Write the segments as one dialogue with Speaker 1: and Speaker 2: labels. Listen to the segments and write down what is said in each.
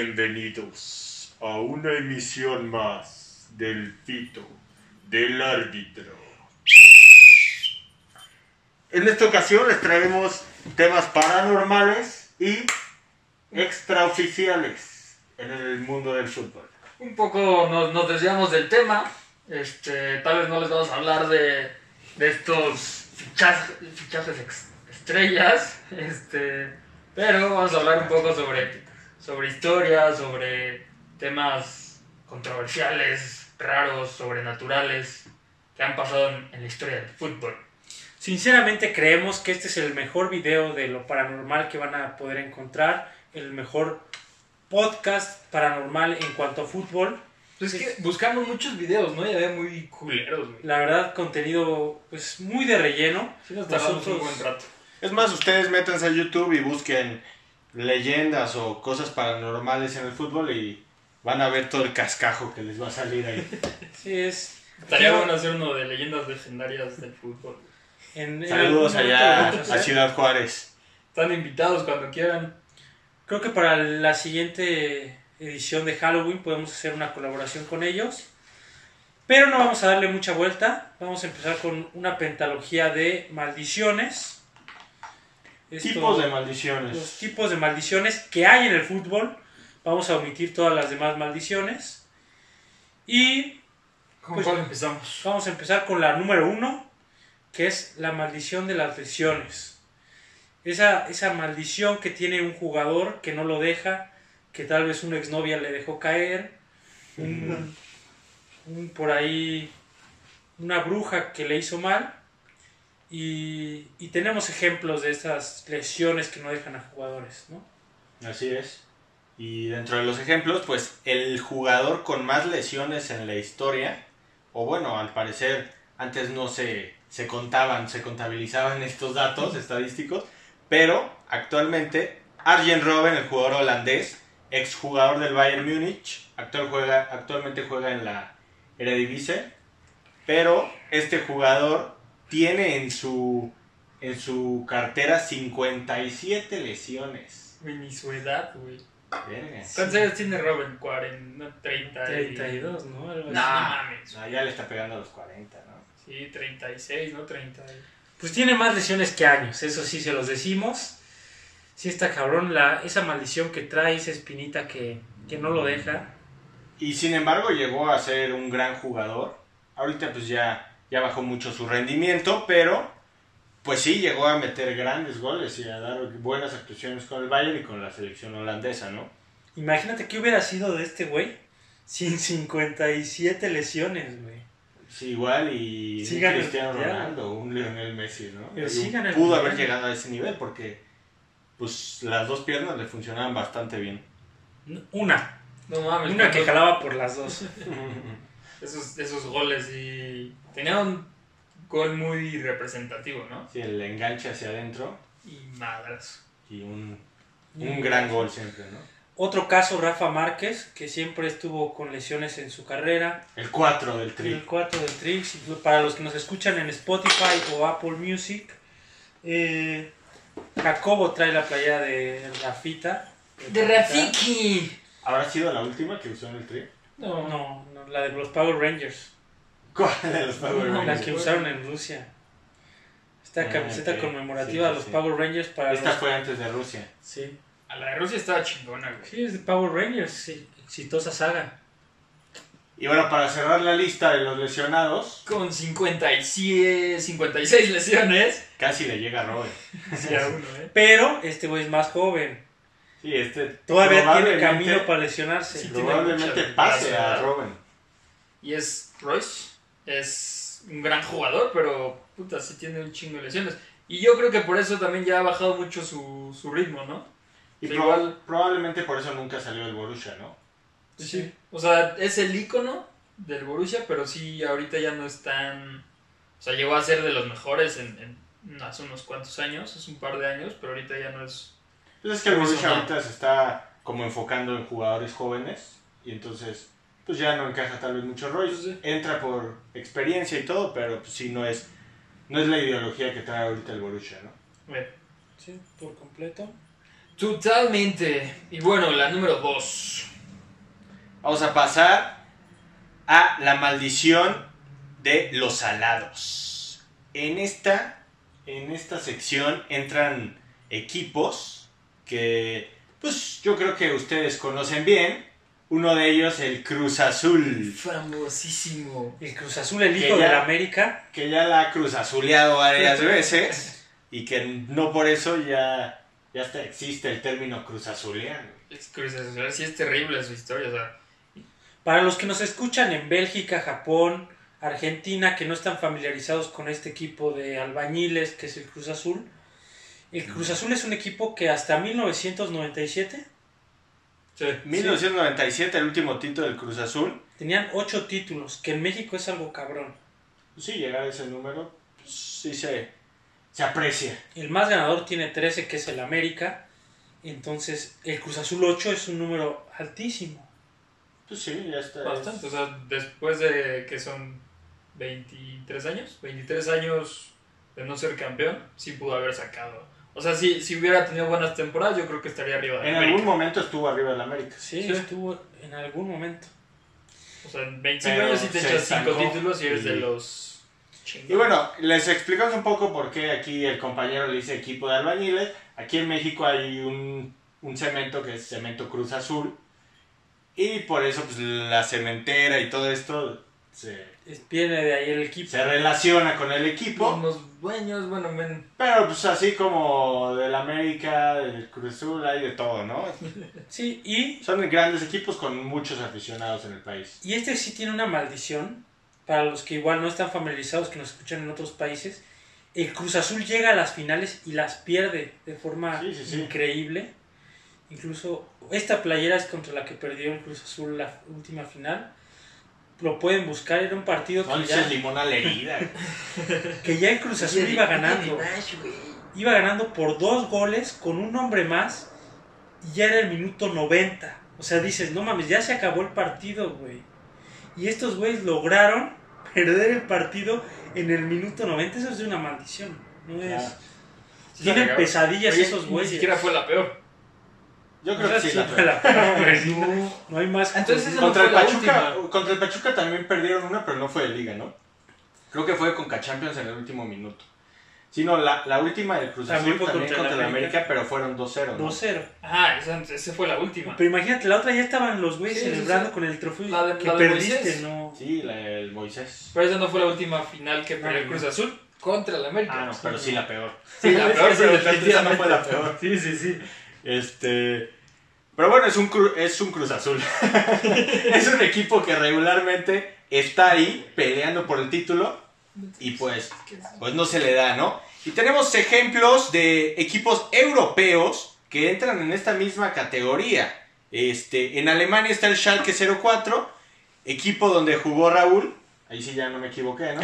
Speaker 1: Bienvenidos a una emisión más del pito del árbitro. En esta ocasión les traemos temas paranormales y extraoficiales en el mundo del fútbol.
Speaker 2: un poco nos, nos desviamos del tema. Este, tal vez no les vamos a hablar de, de estos fichaj- fichajes ex- estrellas, este, pero vamos a hablar un poco sobre, sobre historia, sobre temas controversiales, raros, sobrenaturales que han pasado en, en la historia del fútbol.
Speaker 3: Sinceramente creemos que este es el mejor video de lo paranormal que van a poder encontrar, el mejor podcast paranormal en cuanto a fútbol.
Speaker 2: Pues es que buscamos muchos videos, ¿no? Ya ve muy culeros, güey.
Speaker 3: La verdad, contenido pues muy de relleno.
Speaker 2: Sí nos tardamos un
Speaker 3: Nosotros-
Speaker 2: buen rato.
Speaker 4: Es más, ustedes métanse a YouTube y busquen leyendas o cosas paranormales en el fútbol y van a ver todo el cascajo que les va a salir ahí.
Speaker 3: Sí, es.
Speaker 2: Estaría
Speaker 3: Yo-
Speaker 2: bueno hacer uno de leyendas legendarias del fútbol.
Speaker 3: en- en
Speaker 4: Saludos
Speaker 3: algún
Speaker 4: allá
Speaker 3: momento-
Speaker 4: a Ciudad Juárez.
Speaker 2: Están invitados cuando quieran.
Speaker 3: Creo que para la siguiente edición de Halloween podemos hacer una colaboración con ellos. Pero no vamos a darle mucha vuelta. Vamos a empezar con una pentalogía de maldiciones. Esto-
Speaker 4: Tipos de maldiciones.
Speaker 3: Los tipos de maldiciones que hay en el fútbol. Vamos a omitir todas las demás maldiciones. Y
Speaker 2: ¿Con
Speaker 3: Pues-
Speaker 2: cuál empezamos?
Speaker 3: vamos a empezar con la número uno, que es la maldición de las lesiones. Esa, esa maldición que tiene un jugador que no lo deja, que tal vez una exnovia le dejó caer, un, un por ahí, una bruja que le hizo mal. Y, y tenemos ejemplos de esas lesiones que no dejan a jugadores, ¿no?
Speaker 4: Así es. Y dentro de los ejemplos, pues el jugador con más lesiones en la historia, o bueno, al parecer antes no se, se contaban, se contabilizaban estos datos estadísticos, pero actualmente Arjen Robben, el jugador holandés, exjugador del Bayern Múnich, actual juega, actualmente juega en la Eredivisie, pero este jugador tiene en su, en su cartera 57 lesiones.
Speaker 2: Güey, ni su edad, güey.
Speaker 4: Verga.
Speaker 2: ¿Cuántos años tiene Robin? 40, 30.
Speaker 3: 32, ¿no? Algo
Speaker 2: No
Speaker 3: así.
Speaker 2: mames.
Speaker 4: No, ya le está pegando a los 40, ¿no?
Speaker 2: Sí, 36, no 30.
Speaker 3: Pues tiene más lesiones que años, eso sí se los decimos. Sí está cabrón, la, esa maldición que trae, esa espinita que, que no lo deja.
Speaker 4: Y sin embargo llegó a ser un gran jugador. Ahorita pues ya, ya bajó mucho su rendimiento, pero pues sí llegó a meter grandes goles y a dar buenas actuaciones con el Bayern y con la selección holandesa, ¿no?
Speaker 3: Imagínate qué hubiera sido de este güey sin 57 lesiones, güey.
Speaker 4: Sí, igual y
Speaker 3: Sí
Speaker 4: un
Speaker 3: ganó el
Speaker 4: Cristiano
Speaker 3: Mundial.
Speaker 4: Ronaldo, un Lionel Messi, ¿no?
Speaker 3: Pero
Speaker 4: Y
Speaker 3: sí ganó el
Speaker 4: pudo
Speaker 3: Mundial.
Speaker 4: haber llegado a ese nivel porque pues las dos piernas le funcionaban bastante bien.
Speaker 3: Una,
Speaker 2: No mames.
Speaker 3: una que
Speaker 2: cuando-
Speaker 3: jalaba por las dos.
Speaker 2: Esos, esos goles y. Tenía un gol muy representativo, ¿no?
Speaker 4: Sí, el enganche hacia adentro
Speaker 2: Y madras.
Speaker 4: y un, un gran gol siempre, ¿no?
Speaker 3: Otro caso, Rafa Márquez, que siempre estuvo con lesiones en su carrera.
Speaker 4: El 4 del
Speaker 3: El
Speaker 4: tri.
Speaker 3: 4 de Trix, para los que nos escuchan en Spotify o Apple Music, eh, Jacobo trae la playa de Rafita.
Speaker 2: Rafiki!
Speaker 4: ¿Habrá sido la última que usó en el tri?
Speaker 2: No, no.
Speaker 3: No, no, la de los Power Rangers,
Speaker 4: ¿Cuál de los Power
Speaker 2: No,
Speaker 3: la
Speaker 4: Rangers?
Speaker 3: que usaron en Rusia. Esta
Speaker 4: Ah,
Speaker 3: camiseta
Speaker 4: ok.
Speaker 3: conmemorativa
Speaker 4: Sí,
Speaker 3: de los
Speaker 4: sí.
Speaker 3: Power Rangers para
Speaker 4: Esta
Speaker 3: los...
Speaker 4: fue antes de Rusia.
Speaker 3: Sí.
Speaker 2: A la de Rusia estaba chingona, güey.
Speaker 3: Sí, es de Power Rangers, sí, exitosa saga.
Speaker 4: Y bueno, para cerrar la lista de los lesionados,
Speaker 2: Con 57, 56 lesiones.
Speaker 4: casi le llega a Robert.
Speaker 2: Sí, a uno, ¿eh?
Speaker 3: Pero este güey es más joven,
Speaker 4: Sí, este
Speaker 3: todavía tiene
Speaker 4: probablemente-
Speaker 3: camino para lesionarse.
Speaker 2: Sí, tiene
Speaker 4: Probablemente
Speaker 2: mucha
Speaker 4: pase
Speaker 2: velocidad.
Speaker 4: a Robin.
Speaker 2: Y es Royce, es un gran jugador, pero puta, sí tiene un chingo de lesiones. Y yo creo que por eso también ya ha bajado mucho su, su ritmo, ¿no?
Speaker 4: Y
Speaker 2: Sí,
Speaker 4: proba-
Speaker 2: igual.
Speaker 4: probablemente por eso nunca salió el Borussia, ¿no?
Speaker 3: Sí.
Speaker 2: O sea, es el ícono del Borussia, pero sí, ahorita ya no es tan... O sea, llegó a ser de los mejores en, en- hace unos cuantos años, hace un par de años, pero ahorita ya no es...
Speaker 4: Pues es que el
Speaker 2: Por eso
Speaker 4: Borussia
Speaker 2: no.
Speaker 4: ahorita se está como enfocando en jugadores jóvenes y entonces pues ya no encaja tal vez mucho Royce.
Speaker 2: Pues Sí.
Speaker 4: Entra por experiencia y todo, pero pues sí no es no es la ideología que trae ahorita el Borussia, ¿no?
Speaker 2: Bueno,
Speaker 3: Sí, por completo.
Speaker 2: Totalmente. Y bueno, la número 2.
Speaker 4: Vamos a pasar a la maldición de los alados. En esta, en esta sección entran equipos que, pues yo creo que ustedes conocen bien. Uno de ellos, el Cruz Azul,
Speaker 2: Famosísimo.
Speaker 3: El Cruz Azul, el
Speaker 4: Que
Speaker 3: hijo
Speaker 4: ya-
Speaker 3: de la América,
Speaker 4: que ya la ha Cruz Azuleado varias veces y que no por eso ya, ya hasta existe el término Cruz Azuleano.
Speaker 2: Es Cruz Azul, sí es terrible su historia. O sea,
Speaker 3: para los que nos escuchan en Bélgica, Japón, Argentina, que no están familiarizados con este equipo de albañiles que es el Cruz Azul, el Cruz Azul es un equipo que hasta 1997
Speaker 2: sí.
Speaker 4: 1997, el último título del Cruz Azul.
Speaker 3: tenían 8 títulos, que en México es algo cabrón.
Speaker 4: Pues Sí, llegar a ese número, pues, sí se, se aprecia.
Speaker 3: El más ganador tiene 13, que es el América. Entonces, el Cruz Azul 8 es un número altísimo.
Speaker 4: Pues sí, ya está.
Speaker 2: Bastante, o sea, después de que son 23 años, 23 años de no ser campeón, sí pudo haber sacado. O sea, si, si hubiera tenido buenas temporadas, yo creo que estaría arriba de
Speaker 4: En
Speaker 2: América.
Speaker 4: algún momento estuvo arriba del América.
Speaker 3: Sí,
Speaker 2: Sí.
Speaker 3: estuvo en algún momento.
Speaker 2: O sea, en 25
Speaker 4: Pero
Speaker 2: años sí te
Speaker 4: se
Speaker 2: echas 5
Speaker 4: estancó
Speaker 2: títulos y eres de
Speaker 4: y-
Speaker 2: los
Speaker 4: Y bueno, les explicamos un poco por qué aquí el compañero le dice equipo de albañiles. Aquí en México hay un, un cemento que es Cemento Cruz Azul. Y por eso pues, la cementera y todo esto se,
Speaker 3: Es- Viene de ahí el equipo.
Speaker 4: se relaciona con el equipo.
Speaker 2: Unos dueños, bueno, men,
Speaker 4: Pero pues así como del América, del Cruz Azul, hay de todo, ¿no?
Speaker 3: Sí, y,
Speaker 4: Son grandes equipos con muchos aficionados en el país.
Speaker 3: y este sí tiene una maldición. Para los que igual no están familiarizados, que nos escuchan en otros países. El Cruz Azul llega a las finales y las pierde de forma
Speaker 4: Sí, sí, sí.
Speaker 3: increíble. Incluso esta playera es contra la que perdió el Cruz Azul la última final. Lo pueden buscar, era un partido
Speaker 4: No le
Speaker 3: que ya...
Speaker 4: eches limón a la herida. güey.
Speaker 3: que ya el Cruz Azul iba ganando. Iba ganando por dos goles con un hombre más y ya era el minuto 90. O sea, dices, no mames, ya se acabó el partido, güey. Y estos güeyes lograron perder el partido en el minuto 90. Eso es de una maldición. No es...
Speaker 4: Ah,
Speaker 3: Tienen
Speaker 2: Oye,
Speaker 3: pesadillas
Speaker 2: oye,
Speaker 3: esos
Speaker 2: Ni
Speaker 3: güeyes.
Speaker 2: siquiera fue la peor.
Speaker 4: Yo
Speaker 3: O
Speaker 4: creo
Speaker 3: sea,
Speaker 4: que sí.
Speaker 3: sí
Speaker 4: la
Speaker 3: fue
Speaker 4: peor.
Speaker 3: la peor, güey. no,
Speaker 2: No.
Speaker 3: no hay más.
Speaker 2: Entonces,
Speaker 3: jodido.
Speaker 2: no
Speaker 4: Contra el,
Speaker 2: fue la
Speaker 4: Pachuca, contra el Pachuca también perdieron una, pero no fue de liga, ¿no? Creo que fue con Champions en el último minuto. Sí, no, la, la última del Cruz
Speaker 3: También
Speaker 4: Azul
Speaker 3: fue
Speaker 4: también contra, el América, pero fueron 2-0. ¿no?
Speaker 3: 2-0.
Speaker 2: Ah, esa, esa fue la última.
Speaker 3: Pero imagínate, la otra ya estaban los güeyes
Speaker 2: Sí, sí,
Speaker 3: celebrando
Speaker 2: sí.
Speaker 3: con el trofeo
Speaker 2: La de-
Speaker 3: que
Speaker 2: la de
Speaker 3: perdiste,
Speaker 2: Moisés.
Speaker 3: ¿no?
Speaker 4: Sí, la- el Moisés.
Speaker 2: Pero esa no fue la última final que perdió el
Speaker 3: no.
Speaker 2: Cruz Azul contra el América.
Speaker 4: Ah, no, pero sí la peor.
Speaker 2: Sí, la peor,
Speaker 4: Sí,
Speaker 2: pero
Speaker 4: definitivamente esa no fue la
Speaker 2: definitivamente.
Speaker 4: peor.
Speaker 3: Sí, sí, sí.
Speaker 4: Este. Pero bueno, es un, cru- es un Cruz Azul. es un equipo que regularmente está ahí peleando por el título y pues, pues no se le da, ¿no? Y tenemos ejemplos de equipos europeos que entran en esta misma categoría. Este, en Alemania está el Schalke 04, equipo donde jugó Raúl. Ahí sí ya no me equivoqué, ¿no?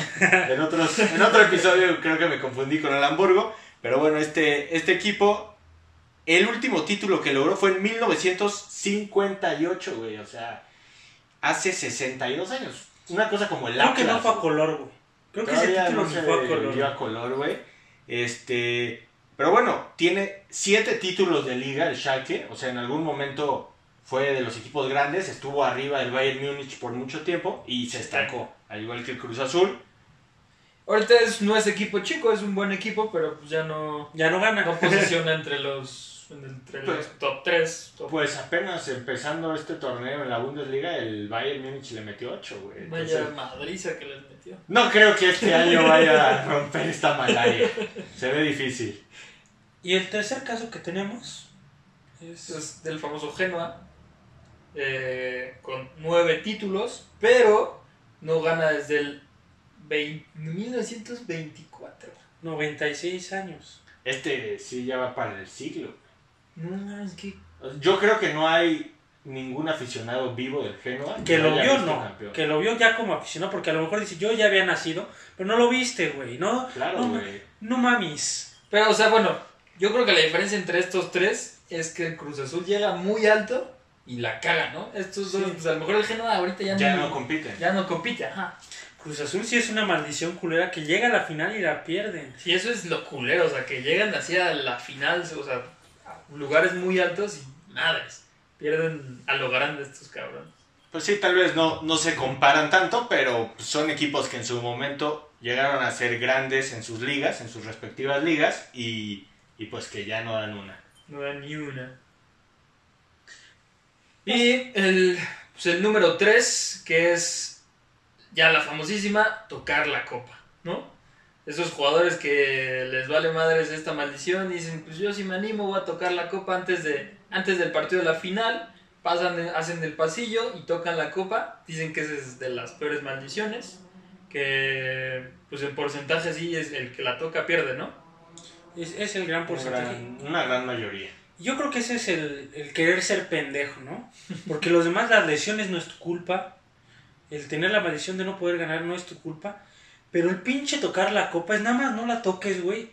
Speaker 4: En, otros, en otro episodio creo que me confundí con el Hamburgo. Pero bueno, este, este equipo el último título que logró fue en 1958, güey. O sea, hace 62 años. Una cosa como el
Speaker 3: Creo que no
Speaker 4: Atlas.
Speaker 3: fue a color, güey. Creo que ese
Speaker 4: Todavía
Speaker 3: título
Speaker 4: no
Speaker 3: no
Speaker 4: se
Speaker 3: fue a color.
Speaker 4: dio a color, güey. Este, pero bueno, tiene siete títulos de liga el Schalke. O sea, en algún momento fue de los equipos grandes. Estuvo arriba del Bayern Múnich por mucho tiempo y se estancó. Al igual que el Cruz Azul.
Speaker 2: Ahorita es- no es equipo chico, es un buen equipo, pero pues ya no,
Speaker 3: Ya no gana.
Speaker 2: no posiciona entre los, entre los top 3.
Speaker 4: Pues apenas empezando este torneo en la Bundesliga, el Bayern Múnich le metió 8, güey. Entonces,
Speaker 2: Vaya madriza que les metió.
Speaker 4: No creo que este año vaya a romper esta malaria. Se ve difícil.
Speaker 3: y el tercer caso que tenemos
Speaker 2: Es, es del famoso Genoa, eh, con nueve títulos, pero no gana desde el 20 1924.
Speaker 3: 96 años.
Speaker 4: Este sí ya va para el siglo.
Speaker 2: No mames, que
Speaker 4: Yo creo que no hay ningún aficionado vivo del Genoa
Speaker 3: Que lo
Speaker 4: haya
Speaker 3: vio,
Speaker 4: visto
Speaker 3: no.
Speaker 4: campeón.
Speaker 3: Que lo vio ya como aficionado, porque a lo mejor dice, yo ya había nacido, pero no lo viste, güey. No,
Speaker 4: Claro,
Speaker 3: no,
Speaker 4: güey.
Speaker 3: no mamis.
Speaker 2: Pero, o sea, bueno, yo creo que la diferencia entre estos tres es que el Cruz Azul llega muy alto y la caga, ¿no? Estos dos,
Speaker 3: Sí.
Speaker 2: pues a lo mejor el Genoa ahorita ya,
Speaker 4: Ya
Speaker 2: ni-
Speaker 4: no compiten.
Speaker 2: ya no compite, ajá.
Speaker 3: Cruz Azul sí es una maldición culera que llega a la final y la pierden.
Speaker 2: Sí, eso es lo culero, o sea, que llegan así a la final, o sea, lugares muy altos y madres. Pierden a lo grande estos cabrones.
Speaker 1: Pues sí, tal vez no, no se comparan tanto, pero son equipos que en su momento llegaron a ser grandes en sus ligas, en sus respectivas ligas, y, y pues que ya no dan una.
Speaker 2: No dan ni una. Y el, pues el número 3, que es ya la famosísima, tocar la copa, ¿no? Esos jugadores que les vale madres esta maldición y dicen, pues yo si me animo voy a tocar la copa antes, de, antes del partido de la final, pasan, hacen el pasillo y tocan la copa, dicen que esa es de las peores maldiciones, que pues en porcentaje sí es el que la toca pierde, ¿no?
Speaker 3: Es, es el gran porcentaje.
Speaker 1: Una gran- una gran mayoría.
Speaker 3: Yo creo que ese es el, el querer ser pendejo, ¿no? Porque los demás, las lesiones no es tu culpa. El tener la maldición de no poder ganar no es tu culpa. Pero el pinche tocar la copa es nada más no la toques, güey.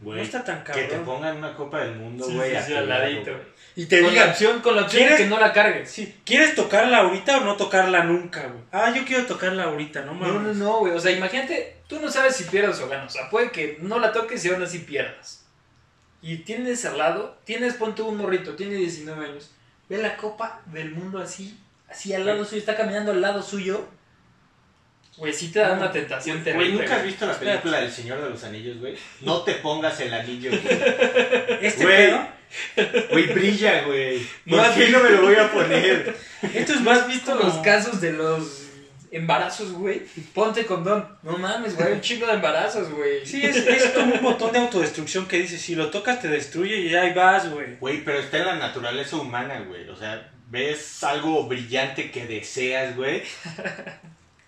Speaker 1: Güey,
Speaker 3: No está tan
Speaker 1: que te
Speaker 3: cabrón.
Speaker 1: pongan una copa del mundo,
Speaker 2: Sí,
Speaker 1: güey,
Speaker 2: sí,
Speaker 1: a
Speaker 2: sí,
Speaker 1: tu
Speaker 2: al
Speaker 1: lado,
Speaker 2: ladito.
Speaker 1: güey.
Speaker 3: Y te
Speaker 2: con la
Speaker 3: digan,
Speaker 2: opción, con la opción de
Speaker 3: ¿quieres?
Speaker 2: que no la cargues.
Speaker 3: sí, ¿quieres tocarla ahorita o no tocarla nunca, güey? Ah, yo quiero tocarla ahorita, no mames.
Speaker 2: No, no, no, güey. O sea, imagínate, tú no sabes si pierdas o ganas. O sea, puede que no la toques y aún así pierdas. Y tienes al lado, tienes, pon tú un morrito, tiene 19 años. Ve la copa del mundo así, así al lado suyo, está caminando al lado suyo. Güey, sí te da una tentación
Speaker 1: Güey,
Speaker 2: terrible.
Speaker 1: ¿nunca has
Speaker 2: güey.
Speaker 1: visto la película del Señor de los Anillos, güey? No te pongas el anillo, güey.
Speaker 3: Este
Speaker 1: Güey.
Speaker 3: pedo,
Speaker 1: Güey, brilla, güey.
Speaker 2: No
Speaker 1: ¿Por
Speaker 2: has
Speaker 1: qué no me lo voy a poner?
Speaker 3: esto es más visto
Speaker 2: Todos los casos de los embarazos, güey. Ponte condón. No mames, güey, un chingo de embarazos, güey.
Speaker 3: Sí, es, es como un botón de autodestrucción que dice, si lo tocas te destruye y ahí vas, güey.
Speaker 1: Güey, pero está en la naturaleza humana, güey. O sea, ves algo brillante que deseas, güey.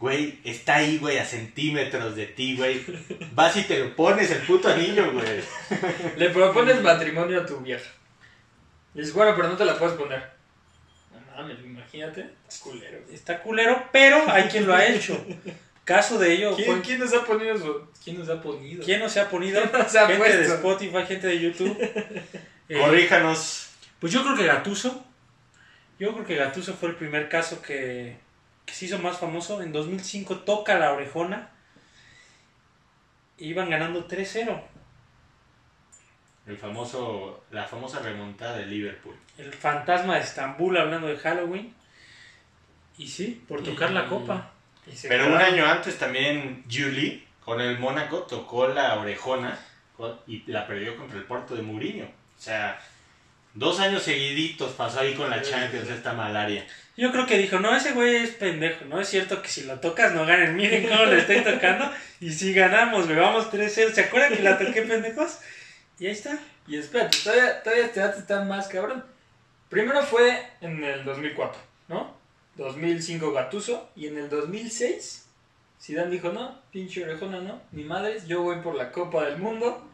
Speaker 1: Güey, está ahí, güey, a centímetros de ti, güey. Vas y te lo pones el puto anillo, güey.
Speaker 2: Le propones matrimonio a tu vieja. Le dices, bueno, pero no te la puedes poner. No mames, imagínate. Es culero. güey.
Speaker 3: Está culero, pero hay quien lo ha hecho. Caso de ello, fue-
Speaker 2: ¿Quién, quién nos ha ponido eso? ¿Quién nos ha ponido?
Speaker 3: ¿Quién no se ha ponido?
Speaker 2: ¿Quién no se ha
Speaker 3: gente de
Speaker 2: puesto?
Speaker 3: Spotify, gente de YouTube. Eh,
Speaker 1: Corríjanos.
Speaker 3: pues yo creo que Gatuso. Yo creo que Gatuso fue el primer caso que, que se hizo más famoso. En 2005 toca la orejona. E iban ganando 3-0.
Speaker 1: El famoso, la famosa remontada de Liverpool.
Speaker 3: El fantasma de Estambul hablando de Halloween. Y sí, por tocar la
Speaker 2: Y-
Speaker 3: copa.
Speaker 2: Y se
Speaker 1: Pero un
Speaker 2: quedaron-
Speaker 1: año antes también Julie con el Mónaco tocó la orejona con- y la perdió contra el Porto de Mourinho. O sea, dos años seguiditos pasó ahí con la Champions esta malaria.
Speaker 3: Yo creo que dijo, no, ese güey es pendejo, ¿no? Es cierto que si lo tocas no ganen, miren cómo le estoy tocando. Y si ganamos, me vamos 3-0. ¿Se acuerdan que la toqué, pendejos? Y ahí está.
Speaker 2: Y espérate, todavía, todavía este dato está más cabrón. Primero fue en el 2004, ¿no? 2005 Gatuso. Y en el 2006, Zidane dijo, no, pinche orejona, no. Ni madres, yo voy por la Copa del Mundo.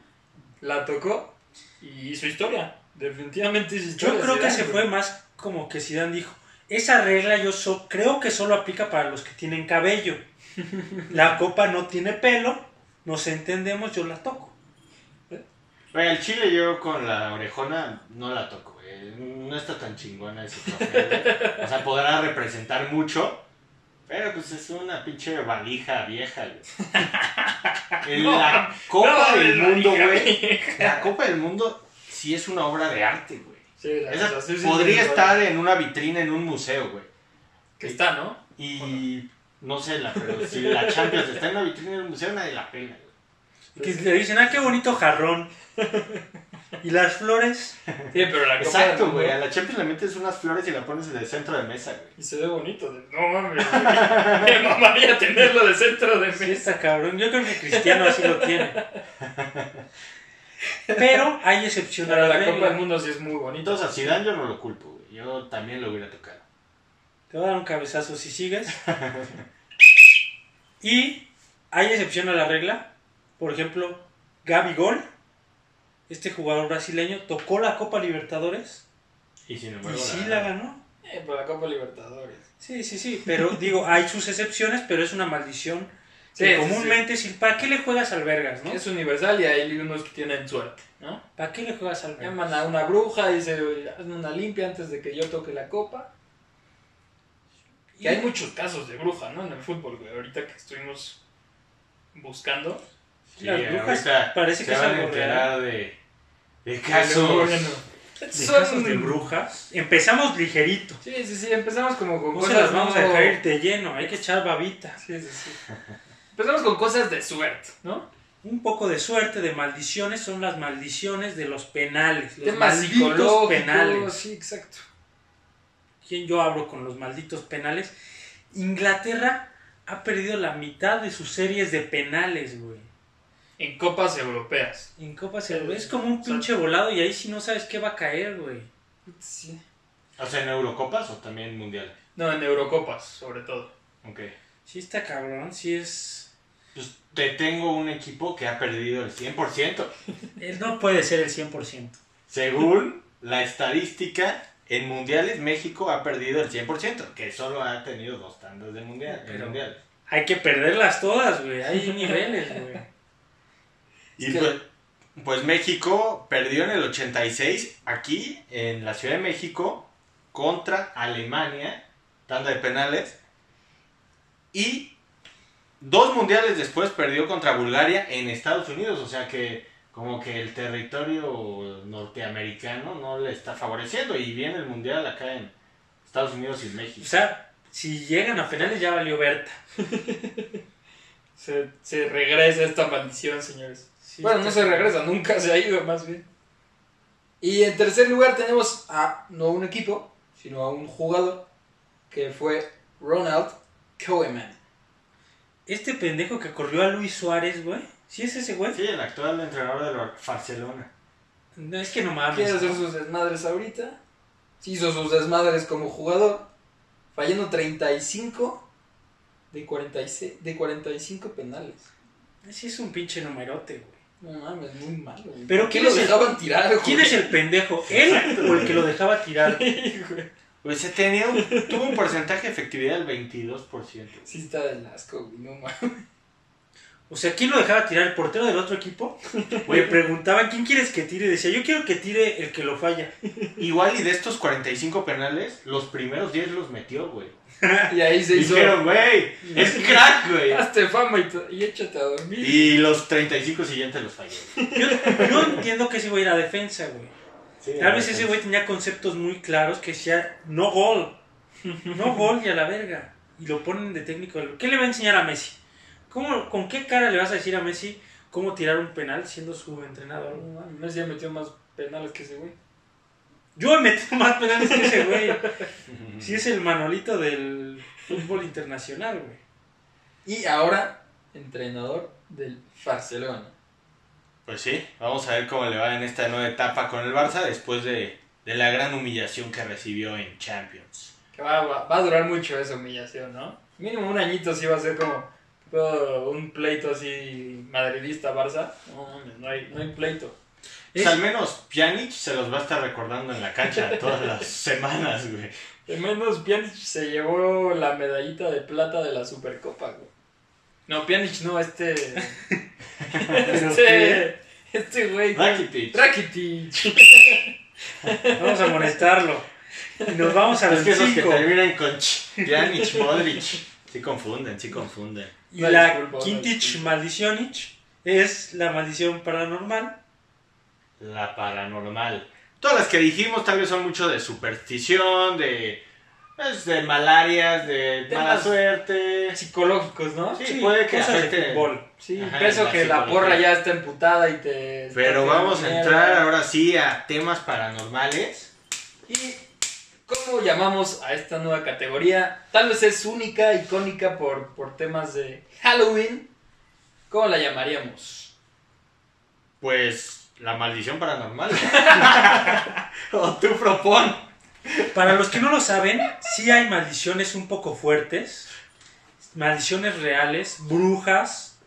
Speaker 2: La tocó y hizo historia. Definitivamente hizo historia.
Speaker 3: Yo creo que
Speaker 2: Zidane,
Speaker 3: se
Speaker 2: güey.
Speaker 3: fue más como que Zidane dijo, esa regla yo so- creo que solo aplica para los que tienen cabello. La copa no tiene pelo, nos entendemos, yo la toco.
Speaker 1: Bueno, el Chile yo con la orejona no la toco, güey. No está tan chingona ese trofeo. güey. O sea, podrá representar mucho, pero pues es una pinche valija vieja, güey. En la Copa
Speaker 2: No,
Speaker 1: del
Speaker 2: la
Speaker 1: Mundo,
Speaker 2: valija
Speaker 1: güey. La Copa del Mundo sí es una obra de arte, güey.
Speaker 2: Sí, la
Speaker 1: Esa
Speaker 2: verdad, sí, sí,
Speaker 1: podría
Speaker 2: sí,
Speaker 1: estar en una vitrina en un museo, güey.
Speaker 2: Que está, ¿no?
Speaker 1: Y no sé, la, pero si la Champions está en una vitrina en un museo, nadie la pena, güey.
Speaker 3: Y que le dicen, ah, qué bonito jarrón. Y las flores.
Speaker 2: Sí, pero la copa del
Speaker 1: Exacto,
Speaker 2: mundo-
Speaker 1: güey. A la Champions le metes unas flores y la pones en el centro de mesa, güey.
Speaker 2: Y se ve bonito. de- No mames. güey. Me mamaría tenerlo de centro de
Speaker 3: Sí,
Speaker 2: mesa.
Speaker 3: está cabrón. Yo creo que Cristiano así lo tiene. Pero hay excepción a
Speaker 2: Pero
Speaker 3: la,
Speaker 2: la Copa
Speaker 3: regla.
Speaker 2: del Mundo sí es muy bonita.
Speaker 1: Entonces a Zidane yo no lo culpo, güey. Yo también lo hubiera tocado.
Speaker 3: Te voy a dar un cabezazo si sigues. y hay excepción a la regla. Por ejemplo, Gaby Gol, este jugador brasileño, tocó la Copa Libertadores
Speaker 1: Y sin embargo,
Speaker 3: y sí
Speaker 1: la-
Speaker 3: la ganó.
Speaker 2: Eh, pero la Copa Libertadores.
Speaker 3: Sí, sí, sí. Pero digo, hay sus excepciones, pero es una maldición.
Speaker 2: Sí,
Speaker 3: que
Speaker 2: sí,
Speaker 3: comúnmente, si- ¿para qué le juegas al Vergas, no?
Speaker 2: Es universal y hay unos que tienen suerte, ¿no?
Speaker 3: ¿Para qué le juegas al Vergas?
Speaker 2: Llaman a una bruja y se hacen una limpia antes de que yo toque la copa. Y hay muchos casos de bruja, ¿no? En el fútbol, güey. Ahorita que estuvimos buscando.
Speaker 1: Sí,
Speaker 3: Las brujas
Speaker 1: ahorita se
Speaker 3: parece que es
Speaker 1: van a
Speaker 3: algo
Speaker 1: enterar de, de casos
Speaker 2: Bueno,
Speaker 3: de casos de brujas. Empezamos ligerito.
Speaker 2: Sí, sí, sí, empezamos como con
Speaker 3: No se
Speaker 2: cosas.
Speaker 3: las vamos a
Speaker 2: no-
Speaker 3: dejar ir de lleno, hay que echar babita.
Speaker 2: Sí, sí, sí. Empezamos con cosas de suerte, ¿no?
Speaker 3: Un poco de suerte de maldiciones son las maldiciones de los penales, los
Speaker 2: Temas
Speaker 3: malditos
Speaker 2: psicológicos.
Speaker 3: penales.
Speaker 2: Sí, exacto.
Speaker 3: ¿Quién yo hablo con los malditos penales? Inglaterra ha perdido la mitad de sus series de penales, güey.
Speaker 2: En copas europeas.
Speaker 3: En Copa se es como un pinche volado y ahí sí no sabes qué va a caer, güey.
Speaker 2: Sí.
Speaker 4: O sea, en Eurocopas o también Mundiales.
Speaker 2: No, en Eurocopas, sobre todo.
Speaker 4: Ok.
Speaker 3: Sí está cabrón, sí es...
Speaker 4: Pues te tengo un equipo que ha perdido el 100%.
Speaker 3: Él eh, no puede ser el 100%.
Speaker 4: Según la estadística, en mundiales México ha perdido el 100%, que solo ha tenido dos tandas de mundial, en
Speaker 3: Pero-
Speaker 4: mundiales.
Speaker 3: Hay que perderlas todas, güey. Hay niveles, güey.
Speaker 4: Y
Speaker 2: Es que-
Speaker 4: pues, pues México perdió en el 86 aquí en la Ciudad de México contra Alemania, tanda de penales. Y dos mundiales después perdió contra Bulgaria en Estados Unidos, o sea que como que el territorio norteamericano no le está favoreciendo y viene el mundial acá en Estados Unidos y
Speaker 3: O
Speaker 4: México.
Speaker 3: sea, si llegan a penales ya valió Berta.
Speaker 2: Se, se regresa esta maldición, señores.
Speaker 3: Sí,
Speaker 2: bueno,
Speaker 3: está-
Speaker 2: no se regresa, nunca se ha ido, más bien. Y en tercer lugar tenemos a no un equipo, sino a un jugador, que fue Ronald Koeman.
Speaker 3: Este pendejo que corrió a Luis Suárez, güey. ¿Sí es ese güey?
Speaker 4: sí, el actual entrenador del Barcelona.
Speaker 3: No, es que no mames.
Speaker 2: Quiere hacer sus desmadres ahorita. Se hizo sus desmadres como jugador, fallando 35 de, 46, de 45 penales.
Speaker 3: Sí es un pinche numerote, güey.
Speaker 2: No mames, muy malo. güey.
Speaker 3: Pero
Speaker 2: ¿Por qué
Speaker 3: ¿quién
Speaker 2: lo
Speaker 3: es el-
Speaker 2: dejaban tirar, güey?
Speaker 3: ¿Quién es el pendejo? ¿Él o el que lo dejaba tirar?
Speaker 2: Güey,
Speaker 4: Pues se tenía un- tuvo un porcentaje de efectividad del 22%.
Speaker 2: Sí está del asco, güey, no mames.
Speaker 3: O sea, ¿quién lo dejaba tirar? ¿El portero del otro equipo? Le preguntaban, ¿quién quieres que tire? Decía, yo quiero que tire el que lo falla.
Speaker 4: Igual y de estos 45 penales, los primeros 10 los metió, güey.
Speaker 2: Y ahí se hizo...
Speaker 4: Dijeron, güey, es crack, güey.
Speaker 2: Hazte fama y, to- y échate a dormir.
Speaker 4: Y los 35 siguientes los falló.
Speaker 3: Yo, yo entiendo que ese güey era defensa, güey. Tal vez ese güey tenía conceptos muy claros que decía, no gol. No gol y a la verga. Y lo ponen de técnico. ¿Qué le va a enseñar a Messi? ¿Cómo, ¿Con qué cara le vas a decir a Messi cómo tirar un penal siendo su entrenador? güey?
Speaker 2: No mames, Messi ya metió más penales que ese güey.
Speaker 3: Yo he metido más penales que ese güey. Si es el manolito del fútbol internacional, güey.
Speaker 2: Y ahora, entrenador del Barcelona.
Speaker 4: Pues sí, vamos a ver cómo le va en esta nueva etapa con el Barça después de, de la gran humillación que recibió en Champions.
Speaker 2: Que va, va- va a durar mucho esa humillación, ¿no? Mínimo un añito sí va a ser como todo un pleito así madridista-Barça. No, mames, no hay, no hay pleito.
Speaker 4: Pues
Speaker 3: Es-
Speaker 4: al menos Pjanic se los va a estar recordando en la cancha todas las semanas, güey.
Speaker 2: Al menos Pjanic se llevó la medallita de plata de la Supercopa, güey. No, Pjanic no, este...
Speaker 3: eh,
Speaker 2: este... Este güey...
Speaker 4: Ah, Rakitic.
Speaker 2: Rakitic.
Speaker 3: Vamos a molestarlo. Y nos vamos a
Speaker 4: Es
Speaker 3: los
Speaker 4: que esos que
Speaker 3: 5.
Speaker 4: terminan con Ch- Pjanic, Modric. Sí confunden, sí confunden.
Speaker 3: Y
Speaker 2: No,
Speaker 3: la
Speaker 2: disculpa, no,
Speaker 3: Kintich
Speaker 2: disculpa.
Speaker 3: maldicionich es la maldición paranormal.
Speaker 4: La paranormal. Todas las que dijimos tal vez son mucho de superstición, de, pues, de malarias, de
Speaker 2: Temas
Speaker 4: mala suerte.
Speaker 2: Psicológicos, ¿no?
Speaker 4: Sí, puede que
Speaker 3: cosas de
Speaker 4: afecte.
Speaker 3: fútbol.
Speaker 2: Sí,
Speaker 4: Ajá,
Speaker 2: peso
Speaker 4: la
Speaker 2: que la
Speaker 4: psicología.
Speaker 2: porra ya está emputada y te... está
Speaker 4: Pero
Speaker 2: tirando
Speaker 4: vamos a
Speaker 2: mierda.
Speaker 4: entrar ahora sí a temas paranormales.
Speaker 2: ¿Y cómo llamamos a esta nueva categoría? Tal vez es única, icónica por, por temas de Halloween. ¿Cómo la llamaríamos?
Speaker 4: Pues la maldición paranormal. o tú propón.
Speaker 3: Para los que no lo saben, sí hay maldiciones un poco fuertes. Maldiciones reales, brujas.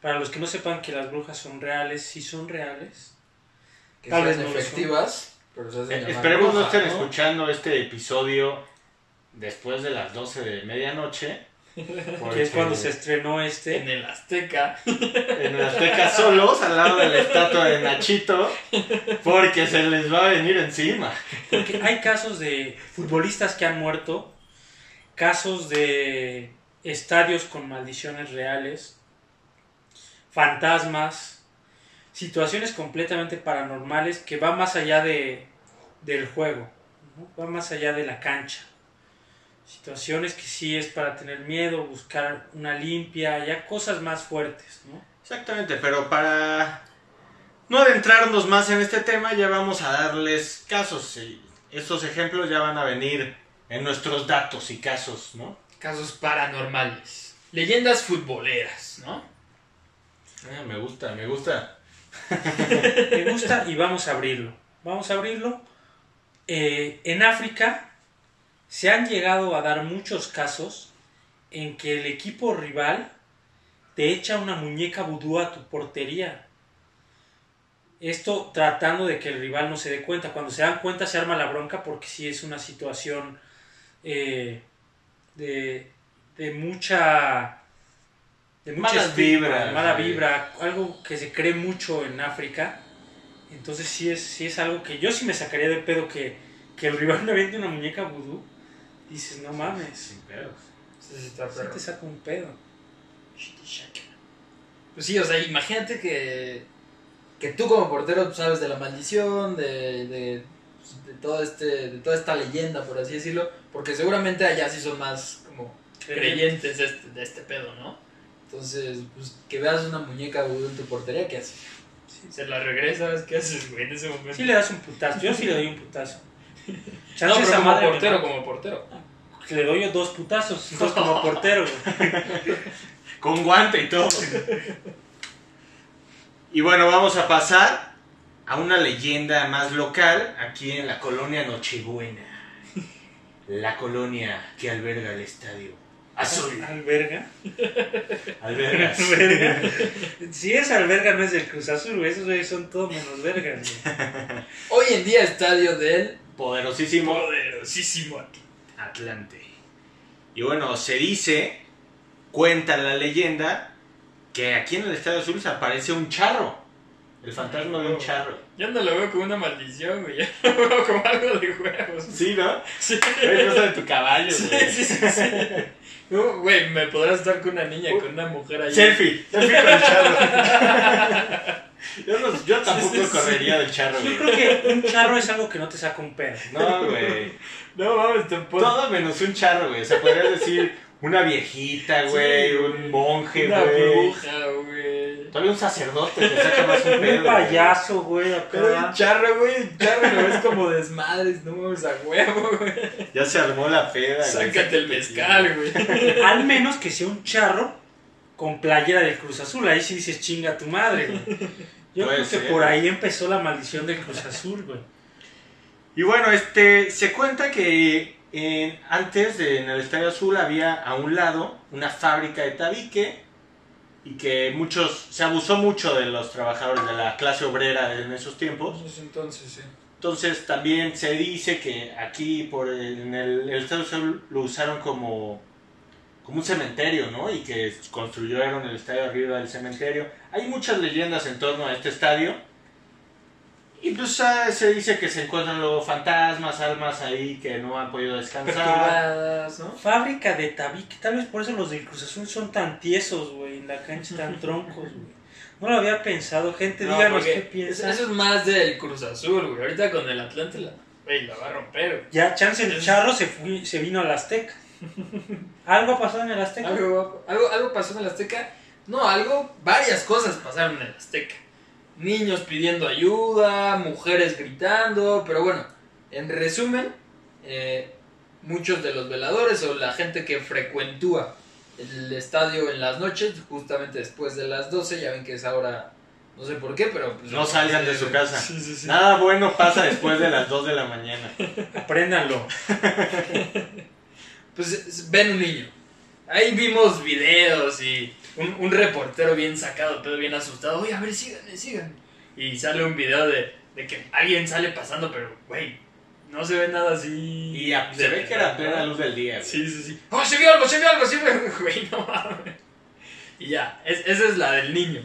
Speaker 3: Para los que no sepan que las brujas son reales, sí son reales.
Speaker 2: Que
Speaker 3: Tal
Speaker 2: sean
Speaker 3: vez no lo son.
Speaker 2: efectivas, pero se hacen
Speaker 4: Eh,
Speaker 2: llamar
Speaker 4: Esperemos no
Speaker 2: brujas,
Speaker 4: estén escuchando este episodio después de las 12 de medianoche.
Speaker 3: Que es cuando
Speaker 4: porque-
Speaker 3: se estrenó
Speaker 2: En
Speaker 3: este.
Speaker 2: el Azteca.
Speaker 4: en el Azteca solos al lado de la estatua de Nachito porque se les va a venir encima.
Speaker 3: Porque hay casos de futbolistas que han muerto. Casos de estadios con maldiciones reales. Fantasmas. Situaciones completamente paranormales que va más allá de del juego, ¿no? va más allá de la cancha. Situaciones que sí es para tener miedo, buscar una limpia, ya cosas más fuertes, ¿no?
Speaker 4: Exactamente, pero para no adentrarnos más en este tema, ya vamos a darles casos. y estos ejemplos ya van a venir en nuestros datos y casos, ¿no?
Speaker 5: Casos paranormales. Leyendas futboleras, ¿no?
Speaker 4: Ah, me gusta, me gusta.
Speaker 3: Me gusta y vamos a abrirlo. Vamos a abrirlo. Eh, en África se han llegado a dar muchos casos en que el equipo rival te echa una muñeca vudú a tu portería. Esto tratando de que el rival no se dé cuenta. Cuando se dan cuenta se arma la bronca porque sí es una situación eh, de, de mucha... De mucha
Speaker 4: Malas
Speaker 3: estigma,
Speaker 4: vibras,
Speaker 3: Mala
Speaker 4: güey.
Speaker 3: vibra. Algo que se cree mucho en África. Entonces sí es, sí es algo que yo sí me sacaría de pedo que, que el rival me vende una muñeca vudú. Dices, no mames.
Speaker 4: Sin pedos.
Speaker 5: Sí, sí, está
Speaker 3: sí
Speaker 5: perro.
Speaker 3: te saca un pedo.
Speaker 2: Pues sí, o sea, imagínate que, que tú como portero pues, sabes de la maldición, de, de, pues, de todo este, de toda esta leyenda, por así decirlo, porque seguramente allá sí son más como creyentes de este, de este pedo, ¿no? Entonces, pues que veas una muñeca vudú en tu portería, ¿qué haces?
Speaker 5: Se la regresas, ¿qué haces, güey, en ese momento?
Speaker 3: Sí le das un putazo. Yo sí le doy un putazo.
Speaker 5: no,
Speaker 3: Chance
Speaker 5: pero
Speaker 3: esa
Speaker 5: como
Speaker 3: madre me
Speaker 5: portero, como portero.
Speaker 3: mata. Le doy yo dos putazos. Entonces como portero. güey.
Speaker 4: Con guante y todo. y bueno, vamos a pasar a una leyenda más local aquí en la colonia Nochebuena. La colonia que alberga el estadio Azul.
Speaker 3: Alberga.
Speaker 4: Albergas.
Speaker 3: Alberga. Si es alberga no es del Cruz Azul. güey. Esos güeyes son todos menos vergas. güey.
Speaker 2: Hoy en día estadio del...
Speaker 4: Poderosísimo
Speaker 5: Poderosísimo aquí.
Speaker 4: Atlante. Y bueno, se dice, cuenta la leyenda, que aquí en el Estadio Azul se aparece un charro. El fantasma de un charro.
Speaker 5: Yo no lo veo como una maldición, güey. Yo lo veo como algo de huevos.
Speaker 4: Sí, ¿no?
Speaker 5: Sí.
Speaker 4: Es de tu caballo,
Speaker 5: Sí,
Speaker 4: güey.
Speaker 5: sí, sí, sí. No, Güey, me podrás estar con una niña, con una mujer ahí.
Speaker 4: Selfie, selfie con el charro. Yo, no- yo tampoco
Speaker 5: Sí, sí, sí.
Speaker 4: correría del charro,
Speaker 3: Yo
Speaker 4: güey.
Speaker 3: creo que un charro es algo que no te saca un pedo.
Speaker 4: No, güey.
Speaker 5: No mames, te puedo.
Speaker 4: Todo menos un charro, güey. O sea, podrías decir una viejita, güey,
Speaker 5: Sí,
Speaker 4: un monje,
Speaker 5: una
Speaker 4: güey.
Speaker 5: bruja, güey.
Speaker 4: Todavía un sacerdote te saca más un pedo.
Speaker 3: Un
Speaker 4: güey.
Speaker 3: payaso, güey,
Speaker 2: Pero
Speaker 3: acá.
Speaker 2: un charro, güey, un charro lo ves como desmadres, no mames a huevo, güey.
Speaker 4: Ya se armó la peda, güey.
Speaker 5: Sácate el mezcal, güey.
Speaker 3: Al menos que sea un charro con playera del Cruz Azul. Ahí sí dices chinga tu madre, güey. Yo
Speaker 4: Puede
Speaker 3: creo que
Speaker 4: ser.
Speaker 3: por ahí empezó la maldición del Cruz Azul, güey.
Speaker 4: Y bueno, este, se cuenta que en- antes de- en el Estadio Azul había a un lado una fábrica de tabique y que muchos, se abusó mucho de los trabajadores de la clase obrera en esos tiempos.
Speaker 2: Entonces, sí.
Speaker 4: Entonces también se dice que aquí por el- en el, el Estadio Azul lo usaron como, como un cementerio, ¿no? Y que construyeron el estadio arriba del cementerio. Hay muchas leyendas en torno a este estadio. Y pues ah, se dice que se encuentran luego fantasmas, almas ahí que no han podido descansar.
Speaker 2: Perturbadas, ¿no?
Speaker 3: Fábrica de tabique. Tal vez por eso los del Cruz Azul son tan tiesos, güey. En la cancha tan troncos, güey. No lo había pensado. Gente,
Speaker 5: No,
Speaker 3: díganos
Speaker 5: porque
Speaker 3: qué
Speaker 5: Eso
Speaker 3: piensan.
Speaker 5: es más del Cruz Azul, güey. Ahorita con el Atlante la, güey, la va a romper, güey.
Speaker 3: Ya, chance el charro se, fue- se vino al Azteca. Algo ha pasado en el Azteca.
Speaker 2: Algo, algo, algo pasó en el Azteca. No, algo, varias cosas pasaron en el Azteca. Niños pidiendo ayuda, mujeres gritando, pero bueno, en resumen, eh, muchos de los veladores o la gente que frecuentúa el estadio en las noches, justamente después de las 12, ya ven que es ahora, no sé por qué, pero... pues,
Speaker 4: No salgan de su casa.
Speaker 5: Sí, sí, sí.
Speaker 4: Nada bueno pasa después de las 2 de la mañana.
Speaker 3: Apréndanlo.
Speaker 2: pues es- ven un niño. Ahí vimos videos y un, un reportero bien sacado, pero bien asustado. Oye, a ver, síganme, síganme.
Speaker 5: Y sale un video de, de que alguien sale pasando, pero, güey, no se ve nada así.
Speaker 4: Y a- se ve que era plena luz del día. güey.
Speaker 5: Sí, sí, sí.
Speaker 2: ¡Ah,
Speaker 5: ¡Oh, se vio algo, se vio algo, se vio algo! Güey, no mames. Y ya, es- esa es la del niño.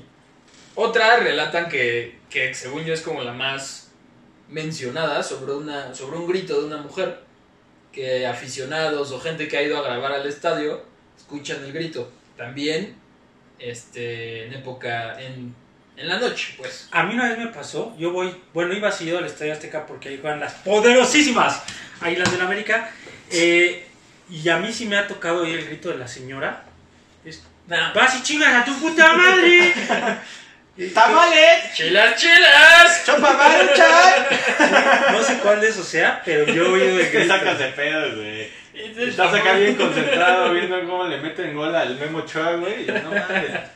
Speaker 2: Otra relatan que, que según yo es como la más mencionada sobre, una, sobre un grito de una mujer que aficionados o gente que ha ido a grabar al estadio escuchan el grito. También este, en época, en en la noche, pues.
Speaker 3: A mí una vez me pasó, yo voy, bueno, iba seguido al Estadio Azteca porque ahí juegan las poderosísimas Águilas del América. eh, y a mí sí me ha tocado oír el grito de la señora. Es,
Speaker 2: Nah,
Speaker 3: ¡Vas y chingas a tu puta madre!
Speaker 4: ¡Tamales!
Speaker 2: ¡Chelas, chelas!
Speaker 4: ¡Chopa Pues, marcha!
Speaker 3: No sé cuál de esos sea, pero yo he oído el
Speaker 4: Es que
Speaker 3: grito.
Speaker 4: sacas de pedo, güey. Estás acá bien concentrado viendo cómo le meten gol al Memo Ochoa, güey. y No mames.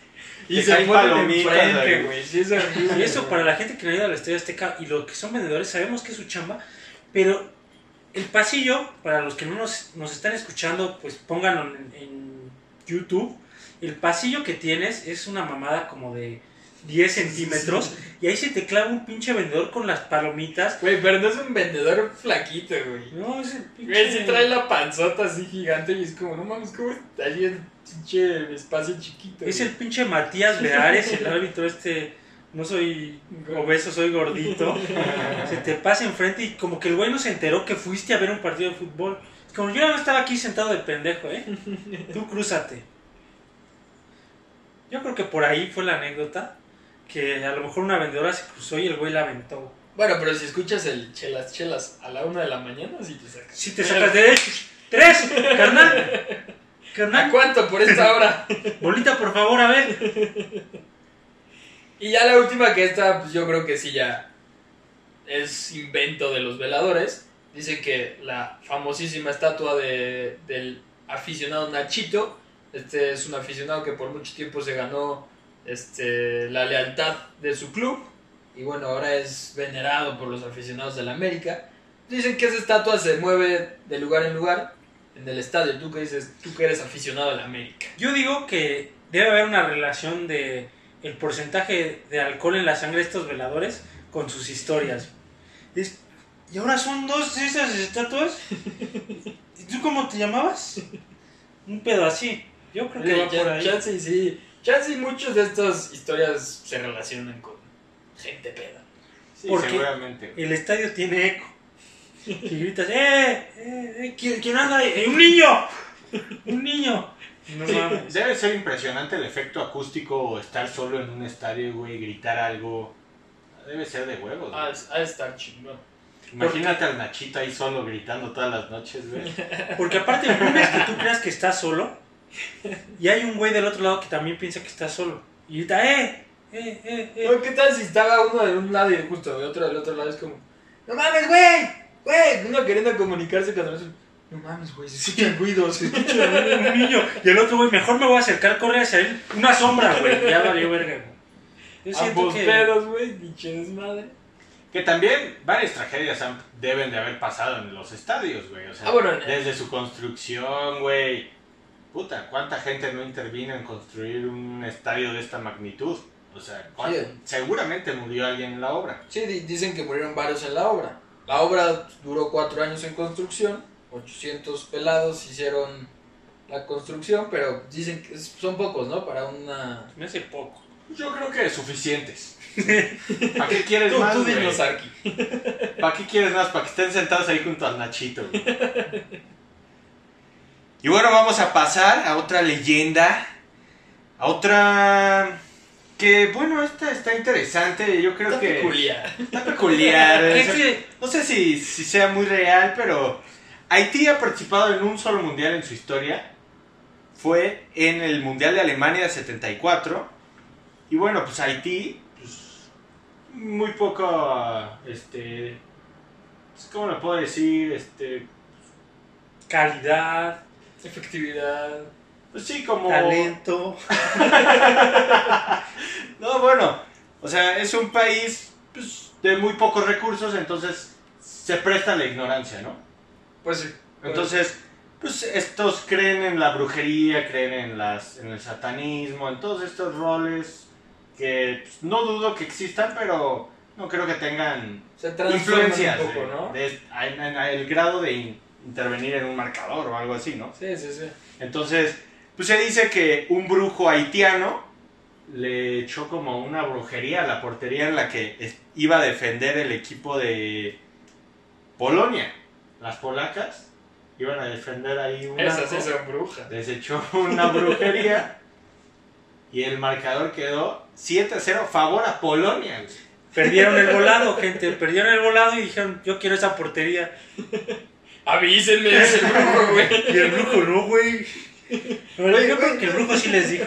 Speaker 2: Y
Speaker 4: Te
Speaker 2: se
Speaker 4: caen
Speaker 2: ponen
Speaker 4: palomitas,
Speaker 2: enfrente,
Speaker 4: güey.
Speaker 2: güey. Sí, es horrible,
Speaker 3: Y eso
Speaker 2: güey.
Speaker 3: para la gente que no ha ido al Estadio Azteca y los que son vendedores sabemos que es su chamba, pero el pasillo, para los que no nos, nos están escuchando, pues pónganlo en, en YouTube, el pasillo que tienes es una mamada como de 10 centímetros y ahí se te clava un pinche vendedor con las palomitas.
Speaker 2: Güey, pero no es un vendedor flaquito, güey.
Speaker 3: No, es el
Speaker 2: Güey, sí
Speaker 3: pinche...
Speaker 2: trae la panzota así gigante y es como, no mames, ¿cómo está ahí el pinche espacio chiquito?
Speaker 3: Es
Speaker 2: güey?
Speaker 3: el pinche Matías Beares, el árbitro este... No soy obeso, soy gordito. se te pasa enfrente y como que el güey no se enteró que fuiste a ver un partido de fútbol. Es Como yo no estaba aquí sentado de pendejo, ¿eh? Tú crúzate. Yo creo que por ahí fue la anécdota que a lo mejor una vendedora se cruzó y el güey la aventó.
Speaker 2: Bueno, pero si escuchas el chelas, chelas a la una de la mañana, sí te sacas.
Speaker 3: Si te sacas de tres, carnal.
Speaker 2: ¿A
Speaker 3: Carnal,
Speaker 2: cuánto por esta hora?
Speaker 3: bolita, por favor, a ver.
Speaker 2: Y ya la última que esta, pues yo creo que sí ya es invento de los veladores. Dicen que la famosísima estatua de, del aficionado Nachito, este es un aficionado que por mucho tiempo se ganó este, la lealtad de su club y bueno, ahora es venerado por los aficionados del América. Dicen que esa estatua se mueve de lugar en lugar en el estadio. Tú que dices, tú que eres aficionado al América.
Speaker 3: Yo digo que debe haber una relación de el porcentaje de alcohol en la sangre de estos veladores con sus historias. Es- y ahora son dos de esas estatuas. ¿Y tú cómo te llamabas? Un pedo así. Yo creo que
Speaker 2: Oye,
Speaker 3: va
Speaker 2: chan-
Speaker 3: por ahí.
Speaker 2: Chance y sí. Chance y muchas de estas historias se relacionan con gente peda.
Speaker 4: Sí,
Speaker 3: ¿Por qué?
Speaker 4: seguramente, güey.
Speaker 3: El estadio tiene eco. Y gritas, ¡eh! eh, eh, ¿Quién, quién anda ahí? ¡Eh, ¡Un niño! ¡Un niño! No mames.
Speaker 4: Debe ser impresionante el efecto acústico o estar solo en un estadio, güey, gritar algo. Debe ser de huevos, güey.
Speaker 2: Ha ha de estar chingón.
Speaker 4: Imagínate al Nachito ahí solo gritando todas las noches, güey.
Speaker 3: Porque aparte, una es que tú creas que estás solo y hay un güey del otro lado que también piensa que estás solo. Y grita, ¡eh! ¡eh! ¡eh! eh".
Speaker 2: Oye, ¿Qué tal si estaba uno de un lado y justo de otro del otro lado? Es como, no mames, güey, güey. Uno queriendo comunicarse con el otro. No mames, güey, se escuchan ruidos, se escuchan ruidos.
Speaker 3: un niño. Y el otro, güey, mejor me voy a acercar, corre hacia él. Una sombra, güey. Ya valió verga, güey. Yo siento
Speaker 2: Ambos
Speaker 3: que.
Speaker 2: pedos, güey, pinche desmadre.
Speaker 4: Que también varias tragedias han- deben de haber pasado en los estadios, güey. O sea,
Speaker 2: Ah, bueno, en-
Speaker 4: desde su construcción, güey. Puta, ¿cuánta gente no intervino en construir un estadio de esta magnitud? O sea, ¿cuán-
Speaker 2: Sí.
Speaker 4: seguramente murió alguien en la obra.
Speaker 2: Sí, di- dicen que murieron varios en la obra. La obra duró cuatro años en construcción, 800 pelados hicieron la construcción, pero dicen que es- son pocos, ¿no? Para una...
Speaker 3: Me hace poco.
Speaker 4: Yo creo que suficientes. ¿Para qué quieres
Speaker 2: Tú,
Speaker 4: más,
Speaker 2: tú
Speaker 4: güey?
Speaker 2: dinos, Arqui.
Speaker 4: ¿Para qué quieres más? Para que estén sentados ahí junto al Nachito. güey. Y bueno, vamos a pasar a otra leyenda. A otra... Que bueno, esta está interesante. Yo creo
Speaker 2: Está
Speaker 4: que
Speaker 2: peculiar.
Speaker 4: está peculiar.
Speaker 3: Es
Speaker 4: O sea,
Speaker 3: que
Speaker 4: No sé si, si sea muy real, pero Haití ha participado en un solo mundial en su historia. Fue en el Mundial de Alemania 74. Y bueno, pues Haití, pues, muy poco, este, pues, ¿cómo lo puedo decir? Este,
Speaker 3: calidad,
Speaker 2: Efectividad.
Speaker 4: pues sí, como...
Speaker 3: talento.
Speaker 4: No, bueno, o sea, es un país pues, de muy pocos recursos, entonces se presta a la ignorancia, ¿no?
Speaker 2: Pues sí.
Speaker 4: Entonces, pues estos creen en la brujería, creen en las en el satanismo, en todos estos roles que pues, no dudo que existan, pero no creo que tengan
Speaker 2: se transforman
Speaker 4: influencias
Speaker 2: un poco,
Speaker 4: de-
Speaker 2: ¿no?
Speaker 4: de- en- en- en el grado de in- intervenir en un marcador o algo así, ¿no?
Speaker 2: Sí, sí, sí.
Speaker 4: Entonces, pues se dice que un brujo haitiano le echó como una brujería a la portería en la que es- iba a defender el equipo de Polonia. Las polacas iban a defender ahí una...
Speaker 2: Esas sí son brujas.
Speaker 4: Les echó una brujería Y el marcador quedó 7-0 favor a Polonia. güey.
Speaker 3: Perdieron el volado, gente. Perdieron el volado y dijeron, yo quiero esa portería.
Speaker 2: Avísenme, dice el brujo, güey.
Speaker 3: Y el brujo no, güey. Pero yo creo que el brujo sí les dijo.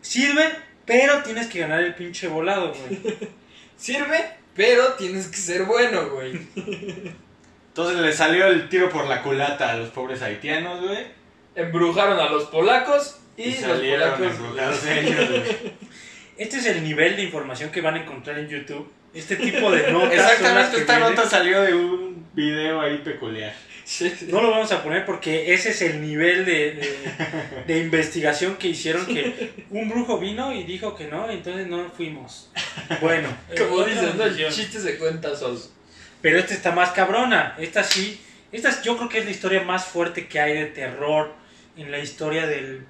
Speaker 3: Sirve, pero tienes que ganar el pinche volado, güey.
Speaker 2: Sirve, pero tienes que ser bueno, güey.
Speaker 4: Entonces le salió el tiro por la culata a los pobres haitianos, güey.
Speaker 2: Embrujaron a los polacos y,
Speaker 4: Y,
Speaker 2: los
Speaker 4: salieron
Speaker 2: polacos.
Speaker 4: embrujados ellos, güey.
Speaker 3: Este es el nivel de información que van a encontrar en YouTube. Este tipo de notas. son las
Speaker 4: Exactamente,
Speaker 3: que
Speaker 4: esta
Speaker 3: vienen.
Speaker 4: nota salió de un video ahí peculiar.
Speaker 2: Sí, sí.
Speaker 3: No lo vamos a poner porque ese es el nivel de, de- de investigación que hicieron que un brujo vino y dijo que no, entonces no fuimos. Bueno,
Speaker 2: Como
Speaker 3: Eh, otra
Speaker 2: dicen, ¿no?
Speaker 3: maldición.
Speaker 2: el chiste se cuenta solo.
Speaker 3: pero esta está más cabrona. Esta sí, esta es- yo creo que es la historia más fuerte que hay de terror en la historia del,